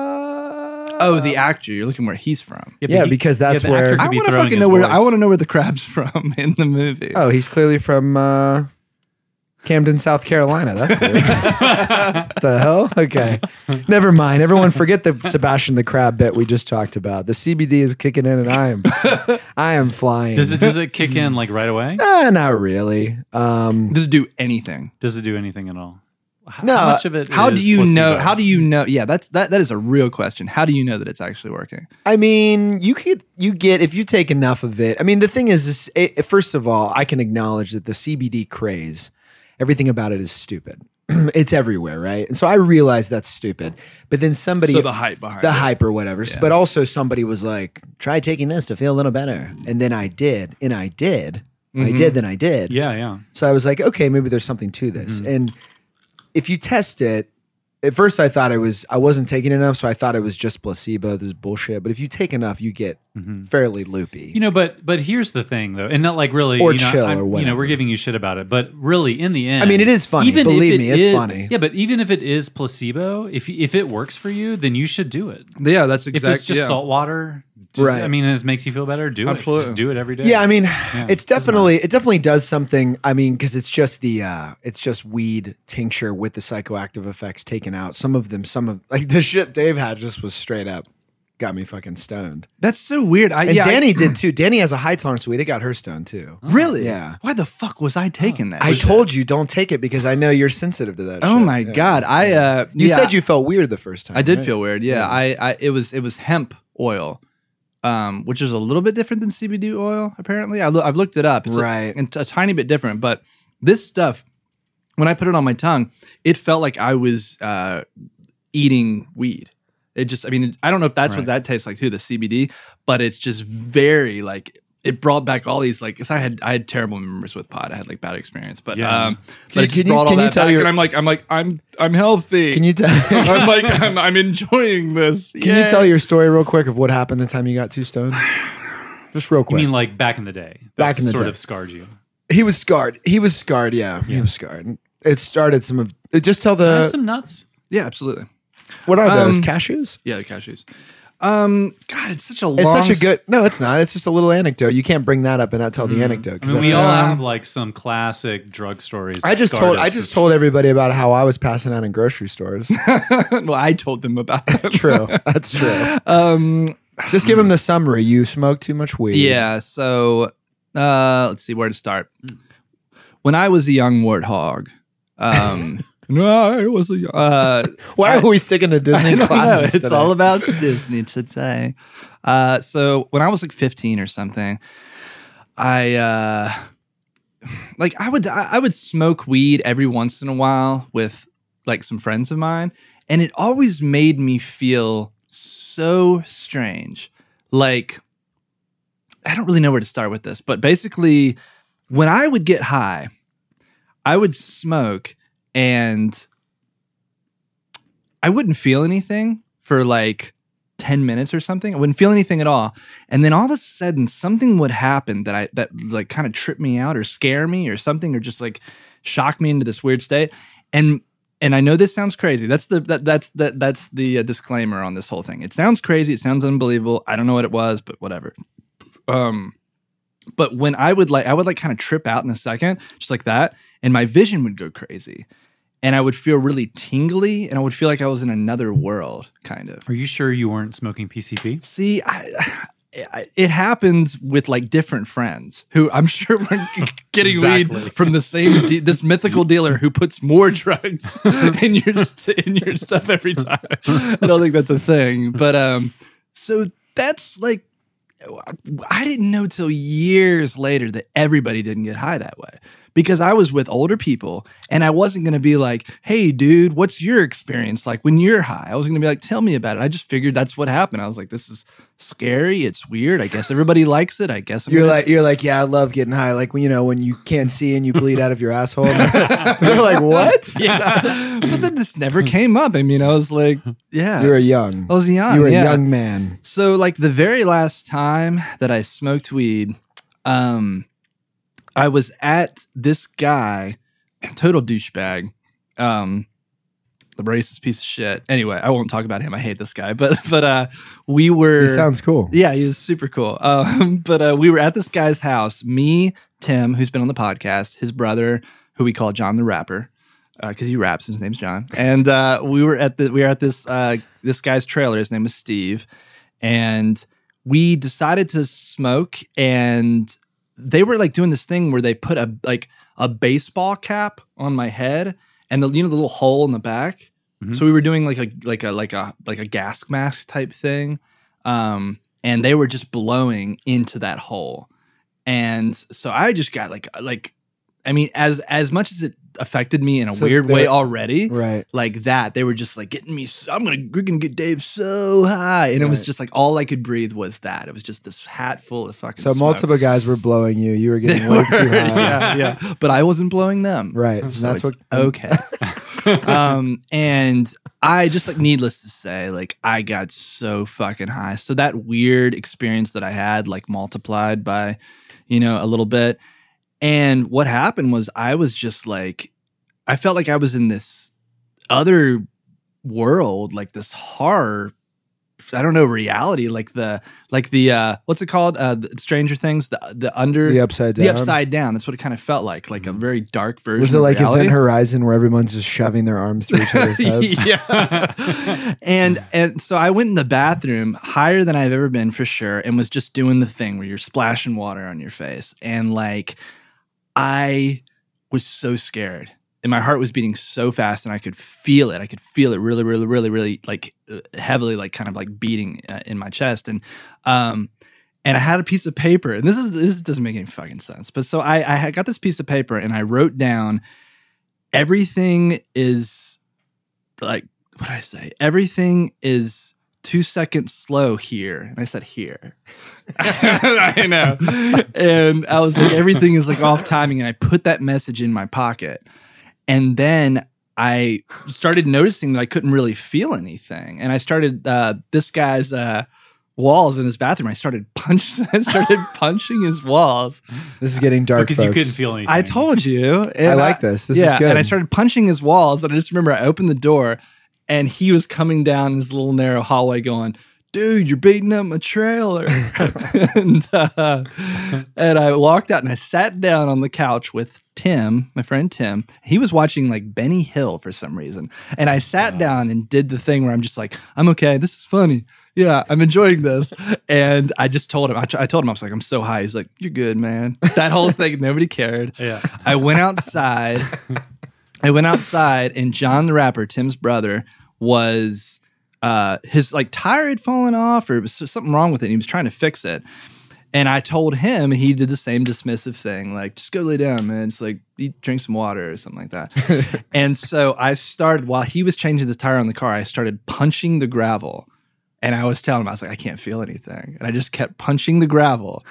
C: from.
D: Oh, the actor. You're looking where he's from.
C: Yeah, because that's where-
D: I
E: want to
D: fucking know where. I want to know where the crab's [laughs] from in the movie.
C: Oh, he's clearly from uh, Camden, South Carolina. That's weird. the hell? Okay. Never mind. Everyone forget the Sebastian the Crab bit we just talked about. The CBD is kicking in and I am I am flying.
E: Does it does it kick in like right away?
C: Eh, not really. Um,
D: Does it do anything?
E: Does it do anything at all? How,
C: No,
E: how much of it?
D: How do
E: is
D: you know?
E: placebo?
D: How do you know? Yeah, that's that. That is a real question. How do you know that it's actually working?
C: I mean, you could you get if you take enough of it. I mean, the thing is, is it, first of all, I can acknowledge that the CBD craze, everything about it is stupid. [clears throat] it's everywhere, right? And so I realize that's stupid. But then somebody
D: So the hype behind
C: the
D: it.
C: hype or whatever. S- But also somebody was like, try taking this to feel a little better. And then I did, and I did, I
D: Mm-hmm.
C: did, then I did.
E: Yeah, yeah.
C: So I was like, okay, maybe there's something to this. And if you test it, at first I thought it was I wasn't taking enough, so I thought it was just placebo. This is bullshit. But if you take enough, you get fairly loopy.
E: You know, but but here's the thing though, and not like really,
C: Or
E: you know,
C: chill
E: I'm- You
C: or
E: know,
C: whatever.
E: we're giving you shit about it, but really, in the end,
C: I mean, it is funny.
E: if
C: Believe
E: it
C: me, it's
E: is-
C: funny.
E: Yeah, but even if it is placebo, if you- if it works for you, then you should do it.
D: Yeah, that's
E: If
D: exactly.
E: it's just
D: yeah.
E: salt water, just,
C: Right.
E: I mean, it makes you feel better. Do it.
D: Absolutely.
E: Just do it every day.
C: yeah, I mean, it's
E: it doesn't matter.
C: definitely it definitely does something. I mean, because it's just the uh it's just weed tincture with the psychoactive effects taken out. Some of them, some of like the shit Dave had just was straight up got me fucking stoned.
D: That's so weird. I,
C: And
D: yeah, I-
C: Danny did too. Danny has a high tolerance to weed. It got her stoned too.
D: really.
C: Yeah.
D: Why the fuck was I taking that?
C: I
D: Was-
C: told you don't take it because I know you're sensitive to that.
D: Oh
C: shit.
D: my
C: Yeah.
D: god! I uh,
C: You
D: yeah.
C: said you felt weird the first time.
D: I did
C: right?
D: feel weird. Yeah, I, I it was it was hemp oil, um, which is a little bit different than CBD oil. Apparently, I loo- I've looked it up. It's a-
C: Right.
D: and a, tiny bit different, but this stuff, when I put it on my tongue, it felt like I was uh, eating weed. It just, I mean, it- I don't know if that's what that tastes like too, the CBD, but it's just very like. It brought back all these like 'cause I had I had terrible memories with pot. I had like bad experience, but
E: Yeah.
D: um, but
C: Can-
D: it just
C: can you-
D: brought all
C: can you
D: that
C: tell
D: back,
C: your-
D: and I'm like I'm like I'm I'm healthy.
C: Can you [laughs] tell? Can
D: [laughs] I'm like, I'm, I'm enjoying this. Can
C: you tell your story real quick of what happened the time you got too stoned? Just real
E: I
C: quick.
E: mean, like back in the day, that
C: Back in the
E: sort
C: day.
E: of scarred you.
C: he was scarred. He was scarred. Yeah, he was scarred. It started some of. uh, Just tell
E: I have
C: the
E: some nuts.
D: Yeah, absolutely.
C: what are those
D: um,
C: cashews?
D: Yeah, the cashews. Um, God, it's such a
C: It's
D: long.
C: such a good. No, it's not. It's just a little anecdote. You can't bring that up and not tell the anecdote.
E: I
C: 'cause
E: mean, we
C: that's-
E: all have like some classic drug stories.
C: uh, I
E: that
C: just
E: scarred
C: told. I
E: us.
C: just told everybody about how I was passing out in grocery [laughs] stores.
D: [laughs] well, I told them about [laughs] it.
C: true. That's [laughs] true. Um, Just give him the summary. You smoked too much weed.
D: Yeah. So uh, let's see where to start. When I was a young warthog, [laughs] um, no, I was a young, uh,
C: Why are we [laughs] sticking to Disney
D: [laughs] I don't know.
C: classics?
D: It's
C: today?
D: all about [laughs] Disney today. Uh, so when I was like 15 or something, I uh, like I would I I would smoke weed every once in a while with like some friends of mine, and it always made me feel so strange. Like I don't really know where to start with this, but basically, when I would get high, I would smoke and I wouldn't feel anything for like 10 minutes or something. I wouldn't feel anything at all. And then all of a sudden something would happen that I that like kind of trip me out or scare me or something or just like shock me into this weird state. And and I know this sounds crazy. That's the that, that's that that's the uh, disclaimer on this whole thing. It sounds crazy, it sounds unbelievable. I don't know what it was, but whatever. Um but when I would like I would like kind of trip out in a second, just like that, and my vision would go crazy. And I would feel really tingly and I would feel like I was in another world kind of.
E: Are you sure you weren't smoking
C: [laughs]
E: PCP?
D: See, I, I, it happens with like different friends who I'm [laughs] sure we're g- getting
E: Exactly.
D: weed from the same de- this mythical dealer who puts more drugs [laughs] in your st- in your stuff
E: [laughs]
D: every time. [laughs] I don't think that's a thing, but um, so that's like I didn't know till years later that everybody didn't get high that way because I was with older people and I wasn't going to be like, hey, dude, what's your experience like when you're high? I was going to be like, tell me about it. I just figured that's what happened. I was like, this is scary. It's weird. I guess everybody likes it. I guess
G: [laughs]
C: [laughs]
D: I'm
G: You're
D: gonna-
G: like you're like yeah, I love getting high. Like when you know when you can't see and you bleed out of your
C: [laughs]
G: asshole. [laughs]
D: [laughs]
G: They're like what?
D: yeah. but then this never came up. I mean, I was like, yeah.
C: You were
D: it's-
C: young.
G: Oh,
D: I was young.
C: you were
D: yeah.
C: a young man.
D: So like the very last time that I smoked weed, um I was at this guy, total douchebag. Um the racist piece of shit. Anyway, I won't talk about him. I hate this guy. But [laughs] but uh we were
C: He sounds cool.
D: yeah, he was super cool. Um, but uh, [laughs] we were at this guy's house. Me, Tim, who's been on the podcast, his brother, who we call John the Rapper, because he raps. His name's John. And uh, we were at the we were at this uh, this guy's trailer. His name was Steve, and we decided to smoke. And they were like doing this thing where they put a like a baseball cap on my head, and the you know the little hole in the back.
C: Mm-hmm.
E: Mhm.
D: So we were doing like a like a like a like a gas mask type thing um, and they were just blowing into that hole. And so I just got like like I mean as as much as it affected me in a
C: So
D: weird
C: they-
D: way already,
C: Right.
D: like that they were just like getting me so, i'm gonna we're gonna get dave so high and it was
C: Right.
D: just like all i could breathe was that it was just this hat full of fucking
C: So
D: smoke.
C: multiple guys were blowing you. You were
D: They
G: [laughs]
C: getting way
D: were-
C: too high.
D: [laughs] yeah yeah but i wasn't blowing them
C: [laughs] Right.
D: so
C: So that's what.
D: it's okay um and i just like needless to say like i got so fucking high so that weird experience that i had like multiplied by you know a little bit and what happened was i was just like i felt like i was in this other world like this horror i don't know reality like the like the uh what's it called uh the stranger things the the under
C: The upside down. Mm-hmm.
D: the upside down. That's what it kind of felt like, like a very dark version.
C: Was it
D: of
C: like
D: reality.
C: Event Horizon where everyone's just shoving their arms through
G: [laughs]
C: each other's [laughs] heads?
D: yeah. and and so I went in the bathroom higher than I've ever been for sure, and was just doing the thing where you're splashing water on your face, and like I was so scared, and my heart was beating so fast, and I could feel it. I could feel it really, really, really, really like uh, heavily, like kind of like beating uh, in my chest, and um. And I had a piece of paper, and this is this doesn't make any fucking sense. But so I, I had got this piece of paper, and I wrote down everything is like what did I say? Everything is two seconds slow here. And I said here. I know. And I was like, everything is like off timing. And I put that message in my pocket. And then I started noticing that I couldn't really feel anything. And I started uh, this guy's uh, walls in his bathroom. I started punching, [laughs] I started punching his walls.
C: This is getting dark.
E: Because you
C: folks.
E: couldn't feel anything.
D: I told you.
C: I
D: and
C: like this. This is
D: yeah,
C: good.
D: and I started punching his walls, and I just remember I opened the door, and he was coming down this little narrow hallway, going, "Dude, you're beating up my trailer," and uh, and I walked out and I sat down on the couch with Tim, my friend Tim. He was watching like Benny Hill for some reason, and I sat down and did the thing where I'm just like, "I'm okay. This is funny." Yeah, I'm enjoying this, and I just told him. I, I told him I was like, "I'm so high." He's like, "You're good, man." That whole thing, nobody cared.
E: Yeah.
D: I went outside. I went outside, and John the rapper, Tim's brother, was uh, his like tire had fallen off, or it was something wrong with it. And he was trying to fix it, And I told him, and he did the same dismissive thing, like, just go lay down, man. Just like, eat, drink some water or something like that. and so I started, while he was changing the tire on the car, I started punching the gravel. And I was telling him, I was like, I can't feel anything. And I just kept punching the gravel.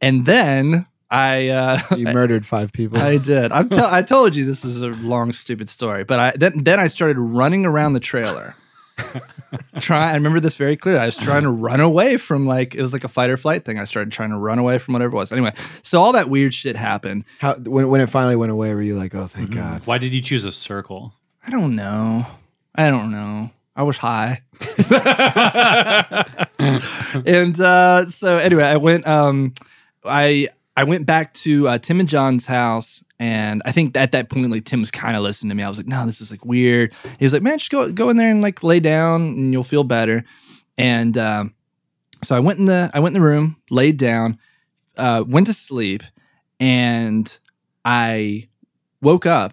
D: And then I, uh,
C: You murdered five people.
D: I did. I'm tell I told you this is a long, stupid story. But I then then I started running around the trailer. try I remember this very clearly. I was trying to run away from like it was like a fight or flight thing. I started trying to run away from whatever it was. Anyway, so all that weird shit happened.
C: How, when, when it finally went away, were you like, oh,
G: Mm-hmm.
C: thank God?
E: Why did you choose a circle?
C: [laughs]
E: [laughs]
D: I don't know. I don't know. I was high. [laughs] and uh, so anyway, I went. Um, I I went back to uh, Tim and John's house, and I think at that point, like Tim was kind of listening to me. I was like, "No, this is like weird." He was like, "Man, just go go in there and like lay down, and you'll feel better." And um, so I went in the I went in the room, laid down, uh, went to sleep, and I woke up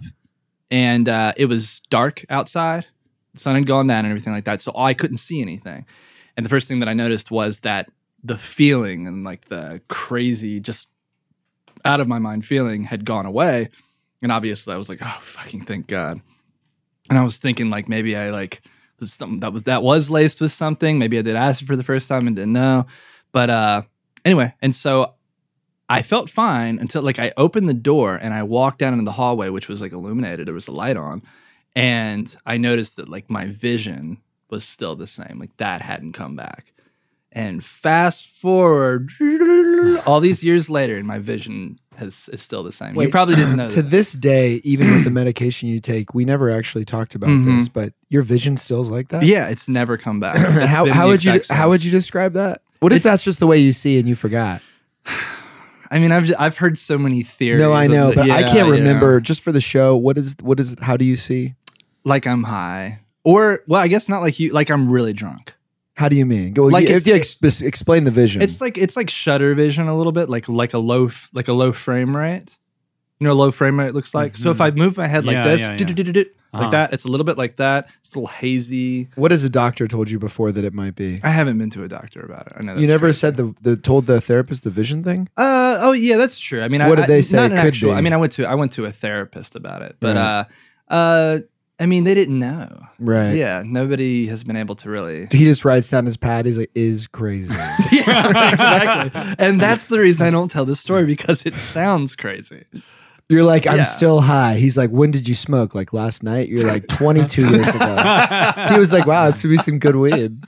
D: and uh, it was dark outside. The sun had gone down and everything like that, so I couldn't see anything. And the first thing that I noticed was that the feeling and like the crazy, just out of my mind feeling had gone away. And obviously, I was like, "Oh, fucking thank God!" And I was thinking like maybe I like was something that was that was laced with something. Maybe I did acid for the first time and didn't know. But uh, anyway, and so I felt fine until like I opened the door and I walked down into the hallway, which was like illuminated. There was a light on, and I noticed that like my vision was still the same. Like that hadn't come back. And fast forward all these years later, and my vision has is still the same. you
C: Wait,
D: probably
C: [clears throat]
D: didn't know
C: to
D: [clears throat] that.
C: this day, even with the medication you take, we never actually talked about
D: Mhm.
C: this, but your vision still's like that. [clears throat]
D: yeah, it's never come back. It's
C: how
D: been
C: how
D: the
C: would you
D: exact same.
C: how would you describe that? What if
D: It's-
C: that's just the way you see and you forgot?
D: I mean, I've I've heard so many theories.
C: No, I
D: of
C: know,
D: the-
C: but I
D: yeah,
C: can't
D: yeah.
C: remember just for the show. What is what is how do you see?
D: Like I'm high, or well, I guess not like you. Like I'm really drunk.
C: How do you mean? Go
D: Like
C: like
D: it's-
C: if you ex- explain the vision.
D: It's like it's like shutter vision a little bit, like like a low f- like a low frame rate. You know, what a low frame rate looks like. So if
C: Mm-hmm.
D: I move my head like
E: Yeah,
D: this,
E: yeah, yeah.
D: do-do-do-do-do,
E: Uh-huh.
D: like that, it's a little bit like that. It's a little hazy.
C: what has a doctor told you before that it might be?
D: I haven't been to a doctor about it. I know that's
C: You never
D: crazy.
C: said the, the told the therapist the vision thing.
D: Uh oh yeah, that's true. I mean, I-
C: What did
D: I,
C: they say
D: Not an
C: it could
D: actual. I
C: be?
D: mean, I went to I went to a therapist about it, but
C: Right.
D: uh, uh, I mean, they didn't know.
C: Right.
D: Yeah, nobody has been able to really.
C: He just writes down his pad. He's like, is crazy.
D: [laughs] yeah, exactly. And that's the reason I don't tell this story because it sounds crazy.
C: You're like, I'm
D: Yeah.
C: still high. He's like, when did you smoke? Like last night. You're like, 22 years
D: [laughs]
C: ago. he was like, wow, it's gonna be some good weed.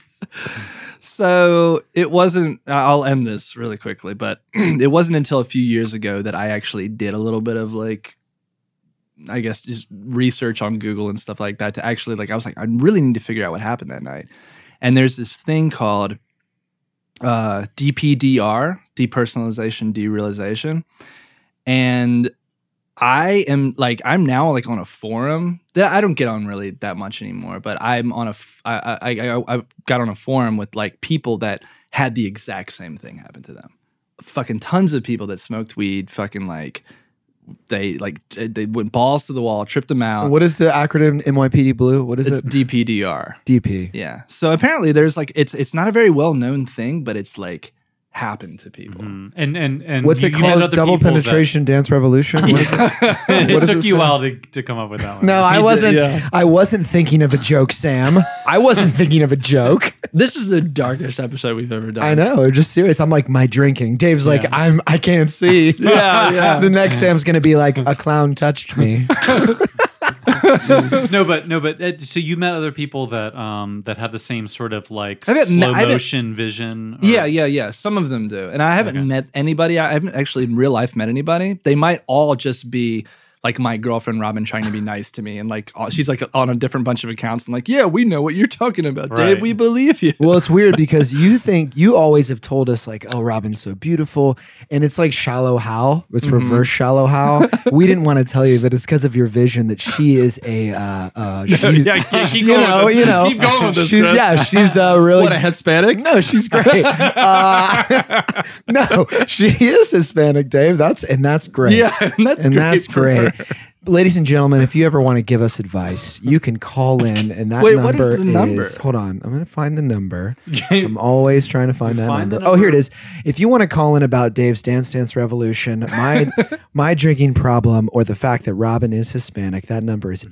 D: So it wasn't, I'll end this really quickly, but [clears throat] it wasn't until a few years ago that I actually did a little bit of like, I guess just research on Google and stuff like that to actually, like, I was like, I really need to figure out what happened that night. And there's this thing called uh, DPDR, depersonalization, derealization. And I am like I'm now like on a forum that I don't get on really that much anymore, but I'm on a f- I, I, I, I got on a forum with like people that had the exact same thing happen to them. Fucking tons of people that smoked weed, fucking like they like they went balls to the wall, tripped them out.
C: What is the acronym NYPD Blue? What is
D: it's
C: it?
D: DPDR.
C: DP.
D: Yeah. So apparently there's like it's it's not a very well known thing, but it's like happened to people.
E: Mm. And and and
C: What's
E: you-
C: it
E: you had
C: called?
E: other
C: Double
E: people that-
C: penetration dance
D: [laughs]
C: revolution. What is it?
E: [laughs] it
C: What does
E: took
C: it
E: you a
C: say?
E: while to, to come up with that one.
C: No, I wasn't. I wasn't thinking of a joke, Sam. I wasn't thinking of a joke.
D: This is the darkest episode we've ever done.
C: I know. We're just serious. I'm like my drinking. Dave's like I'm. I can't see.
D: [laughs] Yeah, yeah.
C: The next Sam's gonna be like a clown touched me.
E: no, but no, but uh, so you met other people that um that have the same sort of like
D: I haven't met-
E: slow
D: I haven't-
E: motion vision. or-
D: Yeah, yeah, yeah. Some of them do. And I haven't
E: Okay.
D: met anybody. I haven't actually in real life met anybody. They might all just be like my girlfriend Robin trying to be nice to me and like all- she's like on a different bunch of accounts and like, "Yeah, we know what you're talking about, Dave.
E: Right.
D: We believe you."
C: Well, it's weird because you think you always have told us like, "Oh, Robin's so beautiful," and it's like shallow how. It's
E: Mm-hmm.
C: reverse
E: [laughs]
C: shallow how. we didn't want to tell you, but it's because of your vision that she is a. Uh,
E: [laughs]
C: uh, she, [laughs]
E: yeah, keep- keep
C: you
E: going with
C: know,
E: this.
C: you know,
E: Keep going with this,
C: she-
E: Chris.
C: yeah,
E: [laughs]
C: she's uh, really
D: [laughs] what a Hispanic.
C: No, [laughs] she's great. Uh, [laughs] no, she is Hispanic, Dave. That's and that's great.
D: Yeah, [laughs] and that's
C: and
D: great
C: that's
D: for her.
C: great. ladies and gentlemen, if you ever want to give us advice, you can call in, and that
D: Wait,
C: number,
D: what is the number?
C: is- Hold on, I'm gonna find the number. I'm always trying to find that
E: Find the
C: number. Oh, here it
E: number.
C: is. If you want to call in about Dave's Dance Dance Revolution,
D: [laughs]
C: my my drinking problem, or the fact that Robin is Hispanic, that number is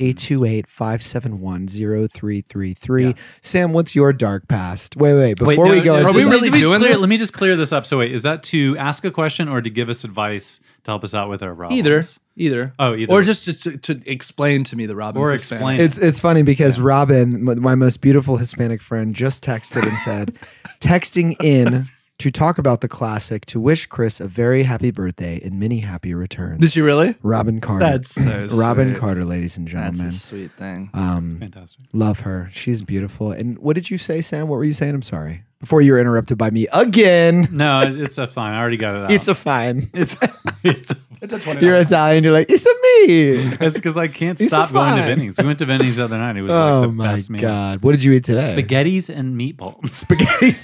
C: 828-571-0333. Sam, what's your dark past? Wait, wait. Before
E: no,
C: we go,
E: no,
C: into
D: are we
C: that-
E: let-
D: really
E: let me just
D: doing
E: clear-
D: this?
E: Let me just clear this up. So wait, is that to ask a question or to give us advice to help us out with our problems?
D: Either, either.
E: Oh, either.
D: Or just to, to, to explain to me the Robinson.
E: Or
D: Hispanic.
E: explain.
C: It's it's funny because Robin, m- my most beautiful Hispanic friend, just texted and said, texting in to talk about the classic to wish Chris a very happy birthday and many happy returns.
D: Did you really?
C: Robin Carter.
D: That's so
C: Robin
D: sweet.
C: Carter, ladies and
D: That's
C: gentlemen.
D: a sweet thing.
C: Um,
E: Fantastic.
C: love her. She's beautiful. And what did you say, Sam? What were you saying? I'm sorry. Before you were interrupted by me again.
E: No, it- it's a fine. I already got it out.
C: It's a
E: [laughs]
C: fine.
E: It's it's
D: It's a twenty.
C: You're Italian. You're like, it's a me.
E: it's because I can't
C: It's a
E: stop going to
C: fine.
E: Vinny's. We went to Vinny's the other night. It was
C: Oh
E: like the
C: my
E: best meal.
C: God. What did you eat today?
E: Spaghetti's and [laughs] meatballs.
C: Spaghetti. [laughs]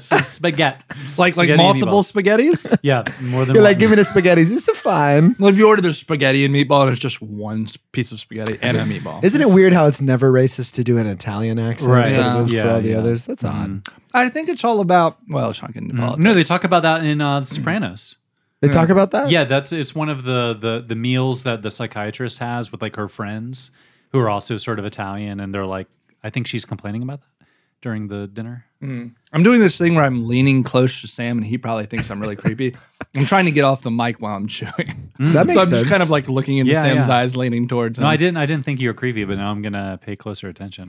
E: Some spaghetti.
D: Like like
E: Spaghetti and
D: multiple
E: meatballs.
D: spaghettis.
E: Yeah, more than
C: You're
E: one.
C: like, give me the spaghetti. It's a fine.
D: [laughs] Well, if you order the spaghetti and meatball, and it's just one s- piece of spaghetti and a meatball.
C: Isn't it weird how it's never racist to do an Italian accent,
E: Right.
C: but
D: Yeah.
C: it is for
E: Yeah,
C: all the
E: yeah. Mm-hmm.
C: others? That's odd.
D: I think it's all about. Well, it's not getting into politics.
E: No, they talk about that in uh, The Sopranos.
C: They talk about that.
E: Mm. Yeah, that's it's one of the, the the meals that the psychiatrist has with like her friends who are also sort of Italian, and they're like, I think she's complaining about that during the dinner.
C: Mm.
D: I'm doing this thing where I'm leaning close to Sam, and he probably thinks I'm really creepy. I'm trying to get off the mic while I'm chewing.
C: that
D: [laughs] so
C: makes
D: I'm
C: sense.
D: just kind of like looking into
E: Yeah,
D: Sam's
E: yeah.
D: eyes, leaning towards him.
E: No, I didn't. I didn't think you were creepy, but now I'm gonna pay closer
C: [laughs]
E: attention.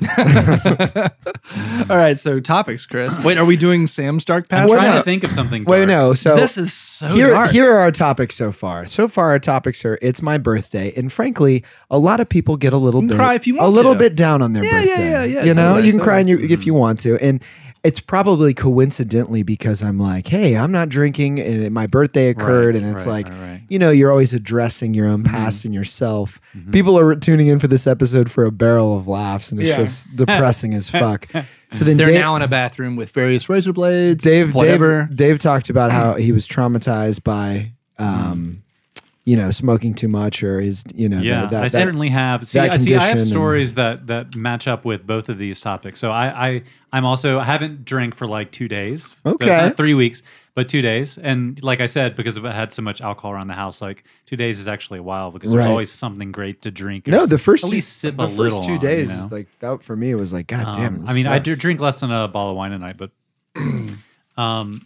D: All right, so topics, Chris. Wait, are we doing Sam's Dark Past?
E: I'm
C: Why
E: trying to
C: not?
E: think of something.
C: Wait,
E: dark.
C: no. So
D: This is so
C: here,
D: dark.
C: here are our topics so far. So far, our topics are it's my birthday, and frankly, a lot of people get a little
D: You
C: bit,
D: can cry if you want
C: a little
D: to.
C: bit down on their
D: Yeah, yeah,
C: birthday.
D: yeah, yeah,
C: You know,
D: totally,
C: you can cry in
D: totally.
C: your, if you want to, and it's probably coincidentally because I'm like, hey, I'm not drinking, and it, my birthday occurred,
E: Right,
C: and it's
E: right,
C: like,
E: right, right.
C: you know, you're always addressing your
D: Mm-hmm.
C: own past and yourself. People are tuning in for this episode for a barrel of laughs, and it's
D: Yeah.
C: just depressing
D: [laughs]
C: as fuck. So then
D: They're
C: Dave-
D: now in a bathroom with various razor blades.
C: Dave,
D: whatever.
C: Dave, Dave talked about how he was traumatized by, um, you know, smoking too much or his, you know,
E: Yeah,
C: that, that,
E: I
C: that-
E: certainly have. See,
C: that
E: I, see, I have
C: condition and-
E: stories that that match up with both of these topics. So I, I I'm also I haven't drank for like two days. So it's
C: Okay.
E: not three weeks, but two days. And like I said, because I had so much alcohol around the house, like two days is actually a while because there's
C: Right.
E: always something great to drink.
C: no,
E: Just
C: the first
E: at
C: two-
E: least sip
C: the
E: a
C: first
E: little.
C: two
E: on,
C: days
E: you know?
C: is like that for me was like, God damn.
E: Um,
C: this
E: I mean, I
C: sucks. [laughs]
E: do drink less than a bottle of wine a night, but [clears throat] um,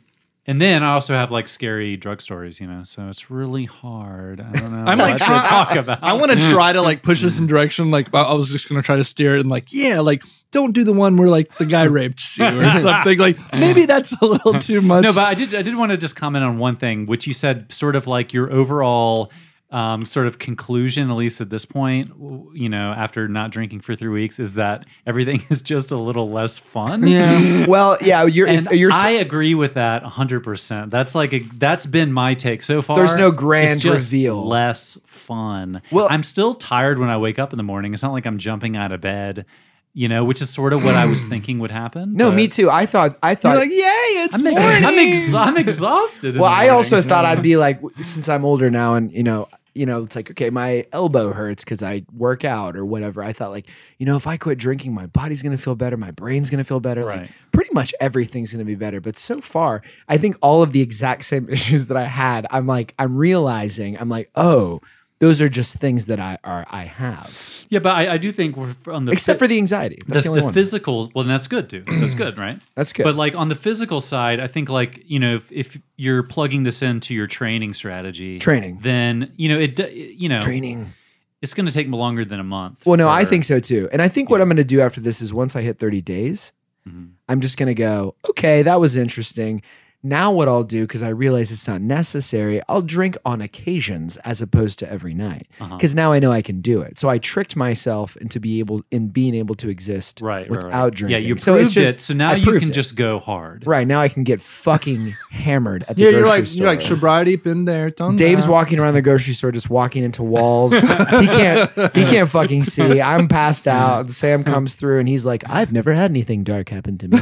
E: and then I also have like scary drug stories, you know. So it's really hard. I don't
C: [laughs]
E: know.
D: I'm like,
E: what to talk about.
D: I want to try to like push this in direction. Like I I was just gonna try to steer it and like, yeah, like don't do the one where like the
E: [laughs]
D: guy raped you or something. Like maybe that's a little too much.
E: No, but I did. I did want to just comment on one thing, which you said, sort of like your overall um, sort of conclusion, at least at this point, w- you know, after not drinking for three weeks, is that everything [laughs] is just a little less fun.
C: Yeah. well, yeah, you're,
E: And
C: if, you're,
E: I agree with that 100%. That's like a, that's been my take so far.
C: There's no grand
E: it's just
C: reveal.
E: Less fun.
C: Well-
E: Well, I'm still tired when I wake up in the morning. It's not like I'm jumping out of bed, you know, which is sort of what I
C: [clears throat]
E: was thinking would happen.
C: no,
E: but
C: me too. I thought, I thought,
D: You're like, yay, it's
E: I'm, ex-
D: morning.
E: I'm, ex- I'm exhausted. in
C: well,
E: the
C: I also
E: morning,
C: thought
E: so-
C: I'd be like, w- since I'm older now and, you know, you know, it's like, okay, my elbow hurts because I work out or whatever. I thought, like, you know, if I quit drinking, my body's going to feel better. My brain's going to feel better. Like,
E: Right.
C: pretty much everything's going to be better. But so far, I think all of the exact same [laughs] issues that I had, I'm like, I'm realizing, I'm like, oh, those are just things that I are I have,
E: Yeah, but I, I do think we're on the
C: except for the anxiety. That's the,
E: the,
C: only
E: the
C: one.
E: physical. Well, that's good too. That's
C: [clears throat]
E: good, right?
C: That's good.
E: But like on the physical side, I think like you know if, if you're plugging this into your training strategy,
C: Training.
E: then you know it. d- You know,
C: Training.
E: It's going to take longer than a month.
C: Well, no, I
E: for-
C: think so too. And I think what I'm going to do after this is once I hit 30 days,
E: Mhm.
C: I'm just going to go, okay, that was interesting. Now, what I'll do, because I realize it's not necessary, I'll drink on occasions as opposed to every night.
E: Uh-huh.
C: Because now I know I can do it. So I tricked myself into be able in being able to exist
E: right, right,
C: without
E: right.
C: drinking.
E: Yeah, you proved
C: so it's just,
E: it. So now
C: I
E: you
C: proved
E: can
C: it.
E: just go hard.
C: right now I can
E: [laughs]
C: get fucking hammered at the
D: yeah,
C: grocery
D: you're like
C: store.
D: you're like sobriety been there. Done
C: Dave's
D: that.
C: walking around the grocery store, just walking into
D: [laughs]
C: walls. he can't, he can't fucking see. I'm passed
E: [laughs]
C: out. Sam comes through, and he's like, "I've never had anything dark happen to me."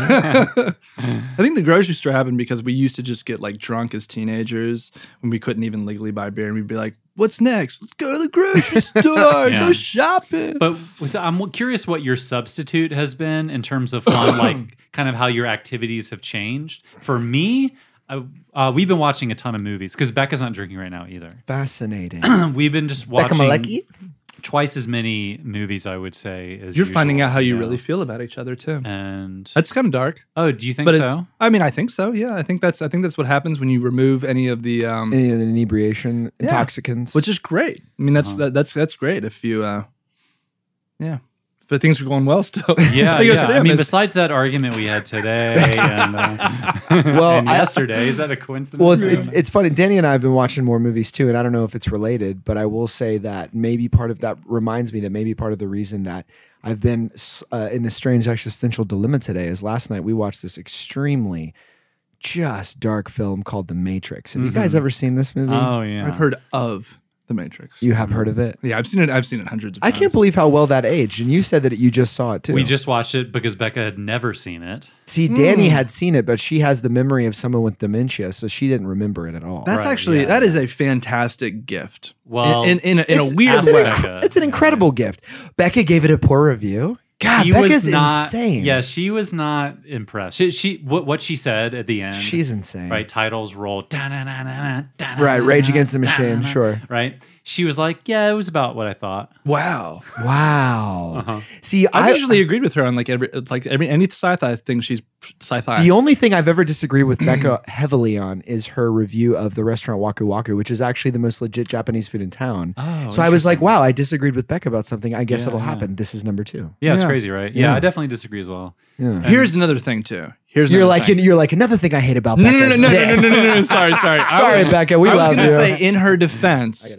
E: [laughs]
D: I think the grocery store happened because we used to just get like drunk as teenagers when we couldn't even legally buy beer, and we'd be like, "What's next? Let's go to the
E: [laughs]
D: the grocery store.
E: Yeah.
D: Go shopping.
E: But was, I'm curious what your substitute has been in terms of
C: [coughs]
E: fun, like kind of how your activities have changed. For me, I, uh, we've been watching a ton of movies because Becca's not drinking right now either.
C: Fascinating.
E: we've been just watching twice as many movies, I would say. As
D: You're finding
E: usual,
D: out how you
E: know.
D: really feel about each other too.
E: And
D: That's kind of dark,
E: oh, do you think
D: but
C: [laughs]
D: it's,
E: so?
D: I mean, I think so. Yeah, I think that's I think that's what happens when you remove any of the, um,
C: Any of the inebriation,
D: Yeah.
C: intoxicants.
D: which is great. I mean, that's that, that's that's great if you, uh, yeah, but things are going well still.
E: Yeah,
D: I guess
E: yeah. I
D: Sam
E: mean,
D: is-
E: besides that argument we had today
C: [laughs]
E: and, uh, [laughs]
C: Well,
E: and
C: I-
E: yesterday, is that a coincidence?
C: well, it's, it's it's funny. Danny and I have been watching more movies too, and I don't know if it's related, but I will say that maybe part of that reminds me that maybe part of the reason that I've been s- uh, in a strange existential dilemma today is last night we watched this extremely just dark film called The Matrix. Have you guys ever seen this movie?
E: oh yeah,
D: I've heard of the Matrix.
C: you have heard of it.
D: Yeah, I've seen it. I've seen it hundreds of
C: I
D: times.
C: can't believe how well that aged, and you said that you just saw it too.
E: We just watched it because Becca had never seen it.
C: see Danny
D: Mm.
C: had seen it, but she has the memory of someone with dementia, so she didn't remember it at all.
D: That's
E: Right,
D: actually
E: yeah.
D: that is a fantastic gift.
E: Well,
D: in in, in, a, in a
C: It's-
D: weird
C: it's
E: ask
C: an,
D: way.
E: Becca.
C: inc- it's an incredible gift. Becca gave it a poor review. God,
E: she
C: Becca's
E: was not
C: insane.
E: Yeah, she was not impressed. She, she what what she said at the end.
C: she's insane.
E: right. Titles roll. da-na-na-na-na, da-na-na-na,
C: Right, Rage Against the Machine,
E: da-na-na-na,
C: sure.
E: Right. She was like, yeah, it was about what I thought.
D: wow.
C: Wow. See, I
D: I've Uh-huh. usually agreed with her on like every it's like every any sci-fi thing she's sci-fi.
C: the only thing I've ever disagreed with
D: [clears throat]
C: Becca heavily on is her review of the restaurant Waku Waku, which is actually the most legit Japanese food in town.
E: Oh,
C: so I was like, wow, I disagreed with Becca about something. I guess
E: Yeah,
C: it'll
E: yeah.
C: happen. This is number two.
E: Yeah, it's crazy, right? Yeah,
C: Yeah.
E: I definitely disagree as well.
C: Yeah.
D: Here's another thing too. Here's
C: You're
D: another
C: like,
D: thing.
C: you're like another thing I hate about
D: no,
C: Becca.
D: no, no, no,
C: is
D: no, no,
C: this.
D: no, no, no, no. Sorry, sorry. I
C: Sorry,
D: was-
C: Becca, we
D: I was
C: love
D: gonna
C: you.
D: say in her defense,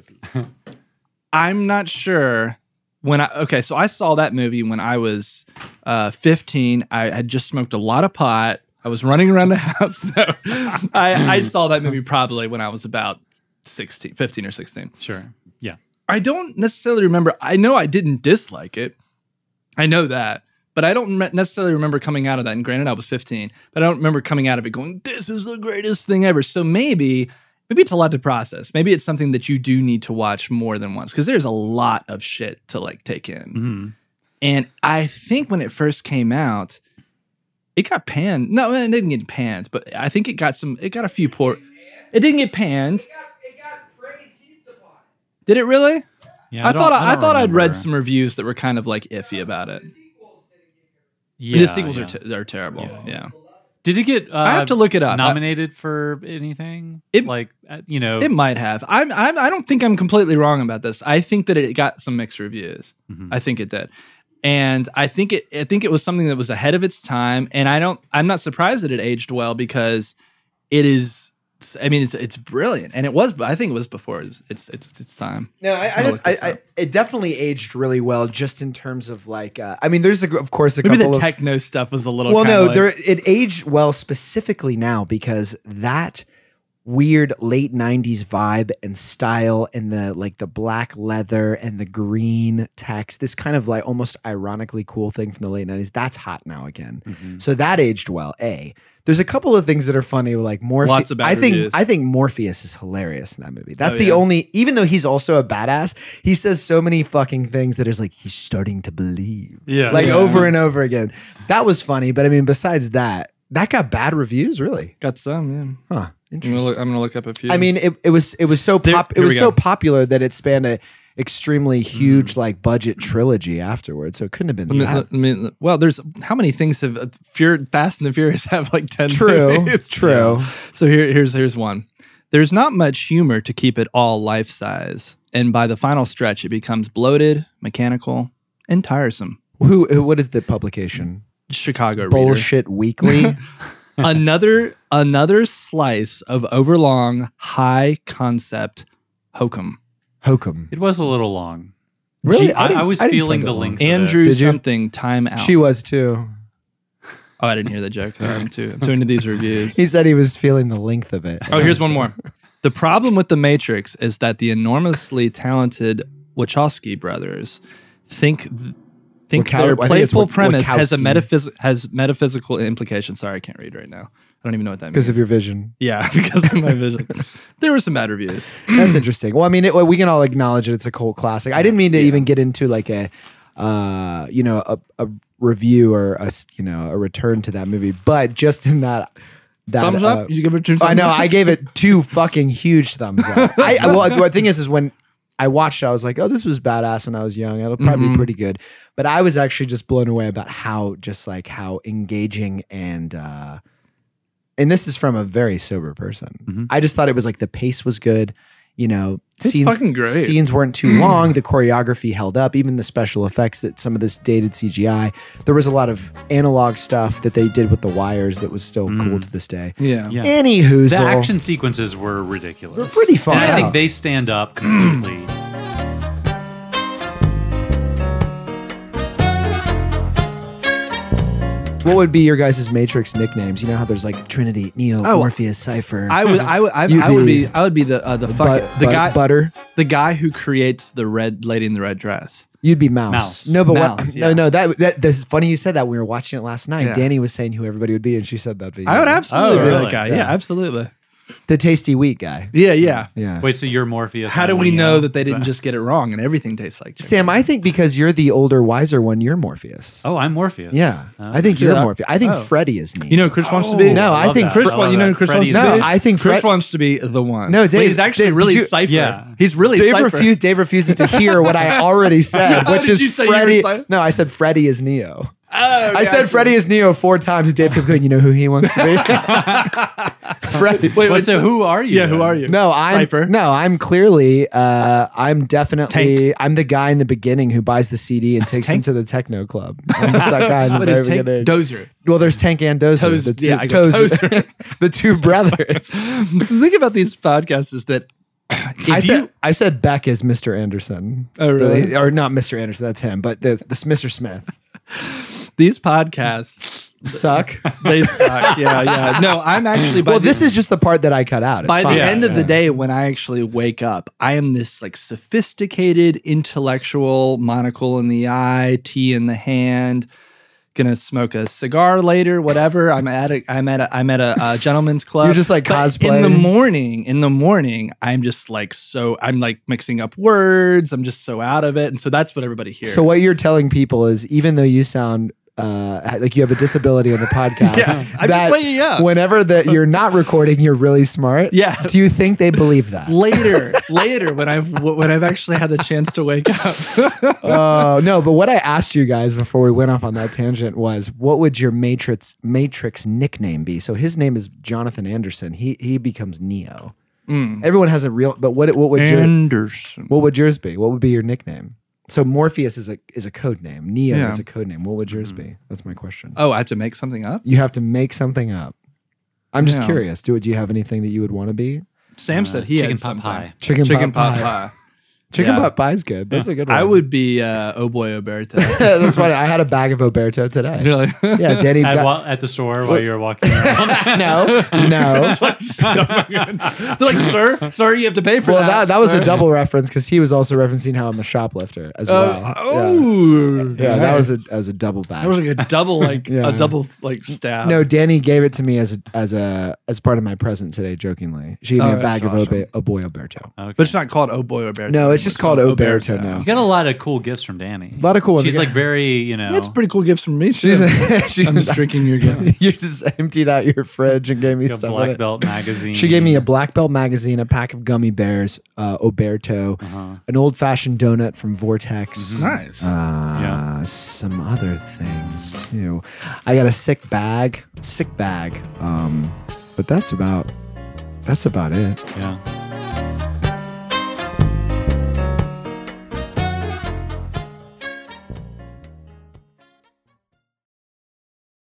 D: I'm not sure when I okay. So I saw that movie when I was uh, 15. I had just smoked a lot of pot. I was running around the [laughs] house. So I, I saw that movie probably when I was about 16, 15 or 16.
E: Sure. Yeah.
D: I don't necessarily remember. I know I didn't dislike it. I know that. But I don't me- necessarily remember coming out of that. And granted, I was 15, but I don't remember coming out of it going, this is the greatest thing ever. So maybe, maybe it's a lot to process. Maybe it's something that you do need to watch more than once because there's a lot of shit to like take in.
E: Mhm.
D: And I think when it first came out, it got panned. No, it didn't get panned, but I think it got some, it got a few poor. It didn't get panned. Did it really?
E: Yeah.
D: I,
E: don't-
D: thought I, I
E: don't
D: thought I'd read
E: remember.
D: some reviews that were kind of like iffy about it.
E: Yeah,
D: the sequels
E: yeah.
D: are, te- are terrible. Yeah.
E: Did it get? Uh,
D: I have to look it up.
E: Nominated for anything?
D: It-
E: like uh, you know.
D: I- it might have. I'm, I'm I don't think I'm completely wrong about this. I think that it got some mixed reviews. I think it did. And I think it I think it was something that was ahead of its time and I don't I'm not surprised that it aged well because it is I mean it's it's brilliant and it was I think it was before its its its, its time.
C: No, I,
D: I'll
C: I,
D: look
C: I,
D: this
C: I,
D: up.
C: it definitely aged really well, just in terms of like, uh, I mean, there's a, gr- of course a
D: Maybe the
C: couple of
D: techno stuff was a little
C: well,
D: kinda
C: no,
D: like-
C: there it aged well specifically now because that weird late '90s vibe and style, and the like the black leather and the green text, this kind of like almost ironically cool thing from the late '90s, that's hot now again. So that aged well. A there's a couple of things that are funny, like Morpheus.
D: Lots of bad
C: I think
D: reviews.
C: I think Morpheus is hilarious in that movie. That's
D: Oh,
C: the
D: yeah.
C: only, even though he's also a badass, he says so many fucking things that is like he's starting to believe
E: yeah.
C: like
E: yeah.
C: over and over again. That was funny, but I mean, besides that, that got bad reviews, really.
D: got some,
C: Huh?
D: yeah. I'm gonna,
C: Interesting.
D: look, I'm gonna look up a few.
C: I mean, it, it was it was so
D: There-
C: pop it
D: here
C: was
D: we
C: so
D: go. Mm-hmm.
C: popular that it spanned a extremely huge like budget trilogy afterwards. So it couldn't have been
D: I mean,
C: that.
D: I mean, well, there's how many things have uh, Fur- Fast and the Furious [laughs] have like ten.
C: True,
D: movies?
C: true.
D: So here, here's here's one. There's not much humor to keep it all life size, and by the final stretch, it becomes bloated, mechanical, and tiresome.
C: Who, who? What is the publication?
D: Chicago reader.
C: Bullshit Weekly.
D: [laughs] another another slice of overlong, high concept hokum.
C: Hokum.
E: It was a little long.
C: Really?
E: She- I,
C: didn't-
E: I was
C: didn't
E: feeling
C: find
E: the
C: it long.
E: link. for that.
D: Andrew
C: Did you-
D: something time out.
C: She was too.
D: Oh, I didn't hear the joke. I'm too. I'm too into these reviews.
C: He said he was feeling the length of it.
D: Oh, here's one more. [laughs] The problem with The Matrix is that the enormously talented Wachowski brothers think th- think
C: Wachow- I
D: their
C: think it's
D: playful
C: Wach-
D: premise has a
C: Wachowski.
D: metaphys- has metaphysical implication. Sorry, I can't read right now. I don't even know what that means. [laughs]
C: Because of your vision.
D: yeah, because of my vision. there were some bad reviews. [clears throat]
C: That's interesting. Well, I mean, it, we can all acknowledge that it's a cult classic. I didn't mean to even get into like a, uh, you know, a, a review or a, s- you know, a return to that movie, but just in that. That,
D: Thumbs
C: uh,
D: up. you give it two.
C: I know.
D: thumbs up?
C: I gave it two fucking huge thumbs
D: [laughs]
C: up. I, I- well, the thing is, is when I watched it, I was like, oh, this was badass when I was young. It'll probably
D: Mm-hmm.
C: be pretty good. But I was actually just blown away about how, just like how engaging and, uh, and this is from a very sober person. I just thought it was like the pace was good. You know,
D: Mm-hmm. It's fucking great. Mm.
C: scenes weren't too long. The choreography held up, even the special effects that some of this dated CGI. There was a lot of analog stuff that they did with the wires that was still
D: Mm.
C: cool to this day.
D: Yeah.
E: Yeah.
C: Anywho,
E: The action sequences were ridiculous.
C: They're pretty far
E: And I
C: out.
E: think they stand up
D: [clears throat]
E: completely.
C: what would be your guys' Matrix nicknames? You know how there's like Trinity, Neo,
D: Oh,
C: Morpheus, Cipher.
D: I would, I would, I,
C: You'd
D: I would
C: be-
D: be, I would be the uh, the fuck,
C: but,
D: the guy,
C: butter.
D: the guy who creates the red lady in the red dress.
C: You'd be mouse.
E: Mouse.
C: No, but
D: Mouse,
C: what?
D: yeah.
C: No, no. That that this is funny. You said that when we were watching it last night.
D: Yeah.
C: Danny was saying who everybody would be, and she said that.
D: I would absolutely
E: Oh,
D: be
E: really?
D: that guy. Yeah.
C: Yeah.
D: absolutely.
C: the tasty wheat guy.
D: Yeah, yeah.
C: Yeah.
E: Wait, so you're Morpheus?
D: How
E: and
D: do we
E: Neo?
D: know that they
E: Is
D: didn't just get it wrong and everything tastes like? chicken?
C: Sam, I think because you're the older, wiser one, you're Morpheus.
E: Oh, I'm Morpheus.
C: yeah,
E: Oh.
C: I think you're
D: Yeah.
C: Morpheus. I think
D: Oh.
C: Freddy is neat.
D: You know, who Chris wants to be.
C: Oh, No, I
E: love
C: think
E: that.
D: Chris.
E: I
D: Well,
E: love
D: you know,
E: that.
D: who Chris
E: Freddy's
D: wants to
C: No,
D: be.
C: I think
D: Chris
C: Fred-
D: wants to be the one.
C: No,
D: But
C: Dave-
D: he's actually
C: Dave,
D: really
C: did you-
D: cipher.
E: Yeah.
D: He's really
C: Dave
D: cipher.
C: refused. Dave refuses to hear what
D: [laughs]
C: I already said,
D: How
C: which
D: did
C: is
D: you say you were
C: Freddy.
D: silent?
C: No, I said Freddy is Neo.
D: Oh,
C: I said Freddy is Neo four times. and Dave kept going, you know who he wants to
D: [laughs]
C: be? Freddy.
E: Wait, so who are you?
D: Yeah, who
E: then?
D: are you?
C: No, I'm
D: Cypher.
C: no, I'm clearly uh, I'm definitely I'm the guy in the beginning who buys the CD and takes him
D: Tank?
C: to the techno club. I'm just
D: [laughs]
C: that guy in the
D: But
C: very
D: it's Tank
C: beginning.
D: Dozer.
C: well, there's Tank and Dozer,
D: Toes-
C: the two,
D: yeah, I got
C: Toes-
D: Tozer. [laughs]
C: [laughs] the two brothers.
D: the thing about these podcasts is that if
C: I
D: you,
C: said I said Beck is Mr. Anderson.
D: Oh, really?
C: The- or not Mr. Anderson? That's him. But the, this Mr.
D: [laughs]
C: Smith
D: these podcasts,
C: suck.
D: they suck. Yeah, yeah. No, I'm actually. By
C: well,
D: the-
C: this is just the part that I cut out. It's
D: by
C: fine.
D: the
E: Yeah,
D: end of the day when i actually wake up i am this like sophisticated intellectual monocle in the eye tea in the hand gonna smoke a cigar later whatever i'm at a i'm at a i'm
C: [laughs]
D: at a uh, gentleman's club
C: You're just, like,
D: But in the
C: cosplaying.
D: morning in the morning i'm just like so i'm like mixing up words i'm just so out of it and so that's what everybody hears
C: So what you're telling people is, even though you sound uh, like you have a disability on the podcast,
D: [laughs] Yeah, I'm
C: that
D: just waking up.
C: whenever that you're not recording, you're really smart.
D: Yeah.
C: Do you think they believe
D: [laughs]
C: that?
D: later later when i've when i've actually had the chance to wake
C: [laughs]
D: up
C: Oh no! But what I asked you guys before we went off on that tangent was, what would your Matrix Matrix nickname be? So his name is Jonathan Anderson. He he becomes Neo. Everyone has a real, but what what would your
D: anderson
C: what would yours be? What would be your nickname? So Morpheus is a is a code name. Neo
D: Yeah. Mm-hmm.
C: is a code name. What would yours be? That's my question.
D: oh i have to make something up
C: You have to make something up. I'm just
D: Yeah.
C: curious. Do, do you have anything that you would want to be?
D: Sam said
E: Uh,
D: he
E: chicken
D: had
E: pot
D: something.
E: pie.
C: Chicken,
D: Chicken
C: pot,
D: pot
C: pie.
D: pie.
C: Chicken
E: Yeah.
C: pot pie's good. That's a good one.
D: I would be uh, oh boy Oberto.
C: [laughs] That's funny. I had a bag of Oberto today.
D: [laughs] really?
C: Yeah, Danny.
E: At,
C: got-
E: wa- at the store while you were walking around.
D: [laughs]
C: no, no.
D: [laughs]
E: [laughs]
D: They're like, sir, sir, you have to pay for
C: Well,
D: that.
C: that, that was
D: sir."
C: a double reference because he was also referencing how I'm a shoplifter as
D: Uh,
C: well. yeah.
D: Oh,
C: Yeah, that was a that was a double back.
D: that was like a
C: [laughs]
D: double like
C: Yeah.
D: a double like stab.
C: no, Danny gave it to me as a, as a as part of my present today, jokingly. She gave me
D: Oh,
C: a bag
D: that's
C: of
D: awesome.
C: Obe, oh boy Oberto.
E: Okay.
D: but it's not called oh boy Oberto.
C: No, it's just called
D: oh
C: Oberto now.
E: you got a lot of cool gifts from Danny.
C: A lot of cool ones.
E: She's like very, you know.
D: That's pretty cool gifts from me. She's,
C: she's, she's
D: I'm just drinking
C: [laughs]
D: your gift.
C: you just emptied out your fridge and gave me
E: like a
C: stuff. in
E: black
C: it.
E: belt magazine.
C: [laughs] She gave me a black belt magazine, a pack of gummy bears, uh, Oberto,
E: uh-huh.
C: an old fashioned donut from Vortex.
D: Nice.
C: Uh,
E: Yeah.
C: Some other things too. I got a sick bag, sick bag. Um, but that's about that's about it.
E: Yeah.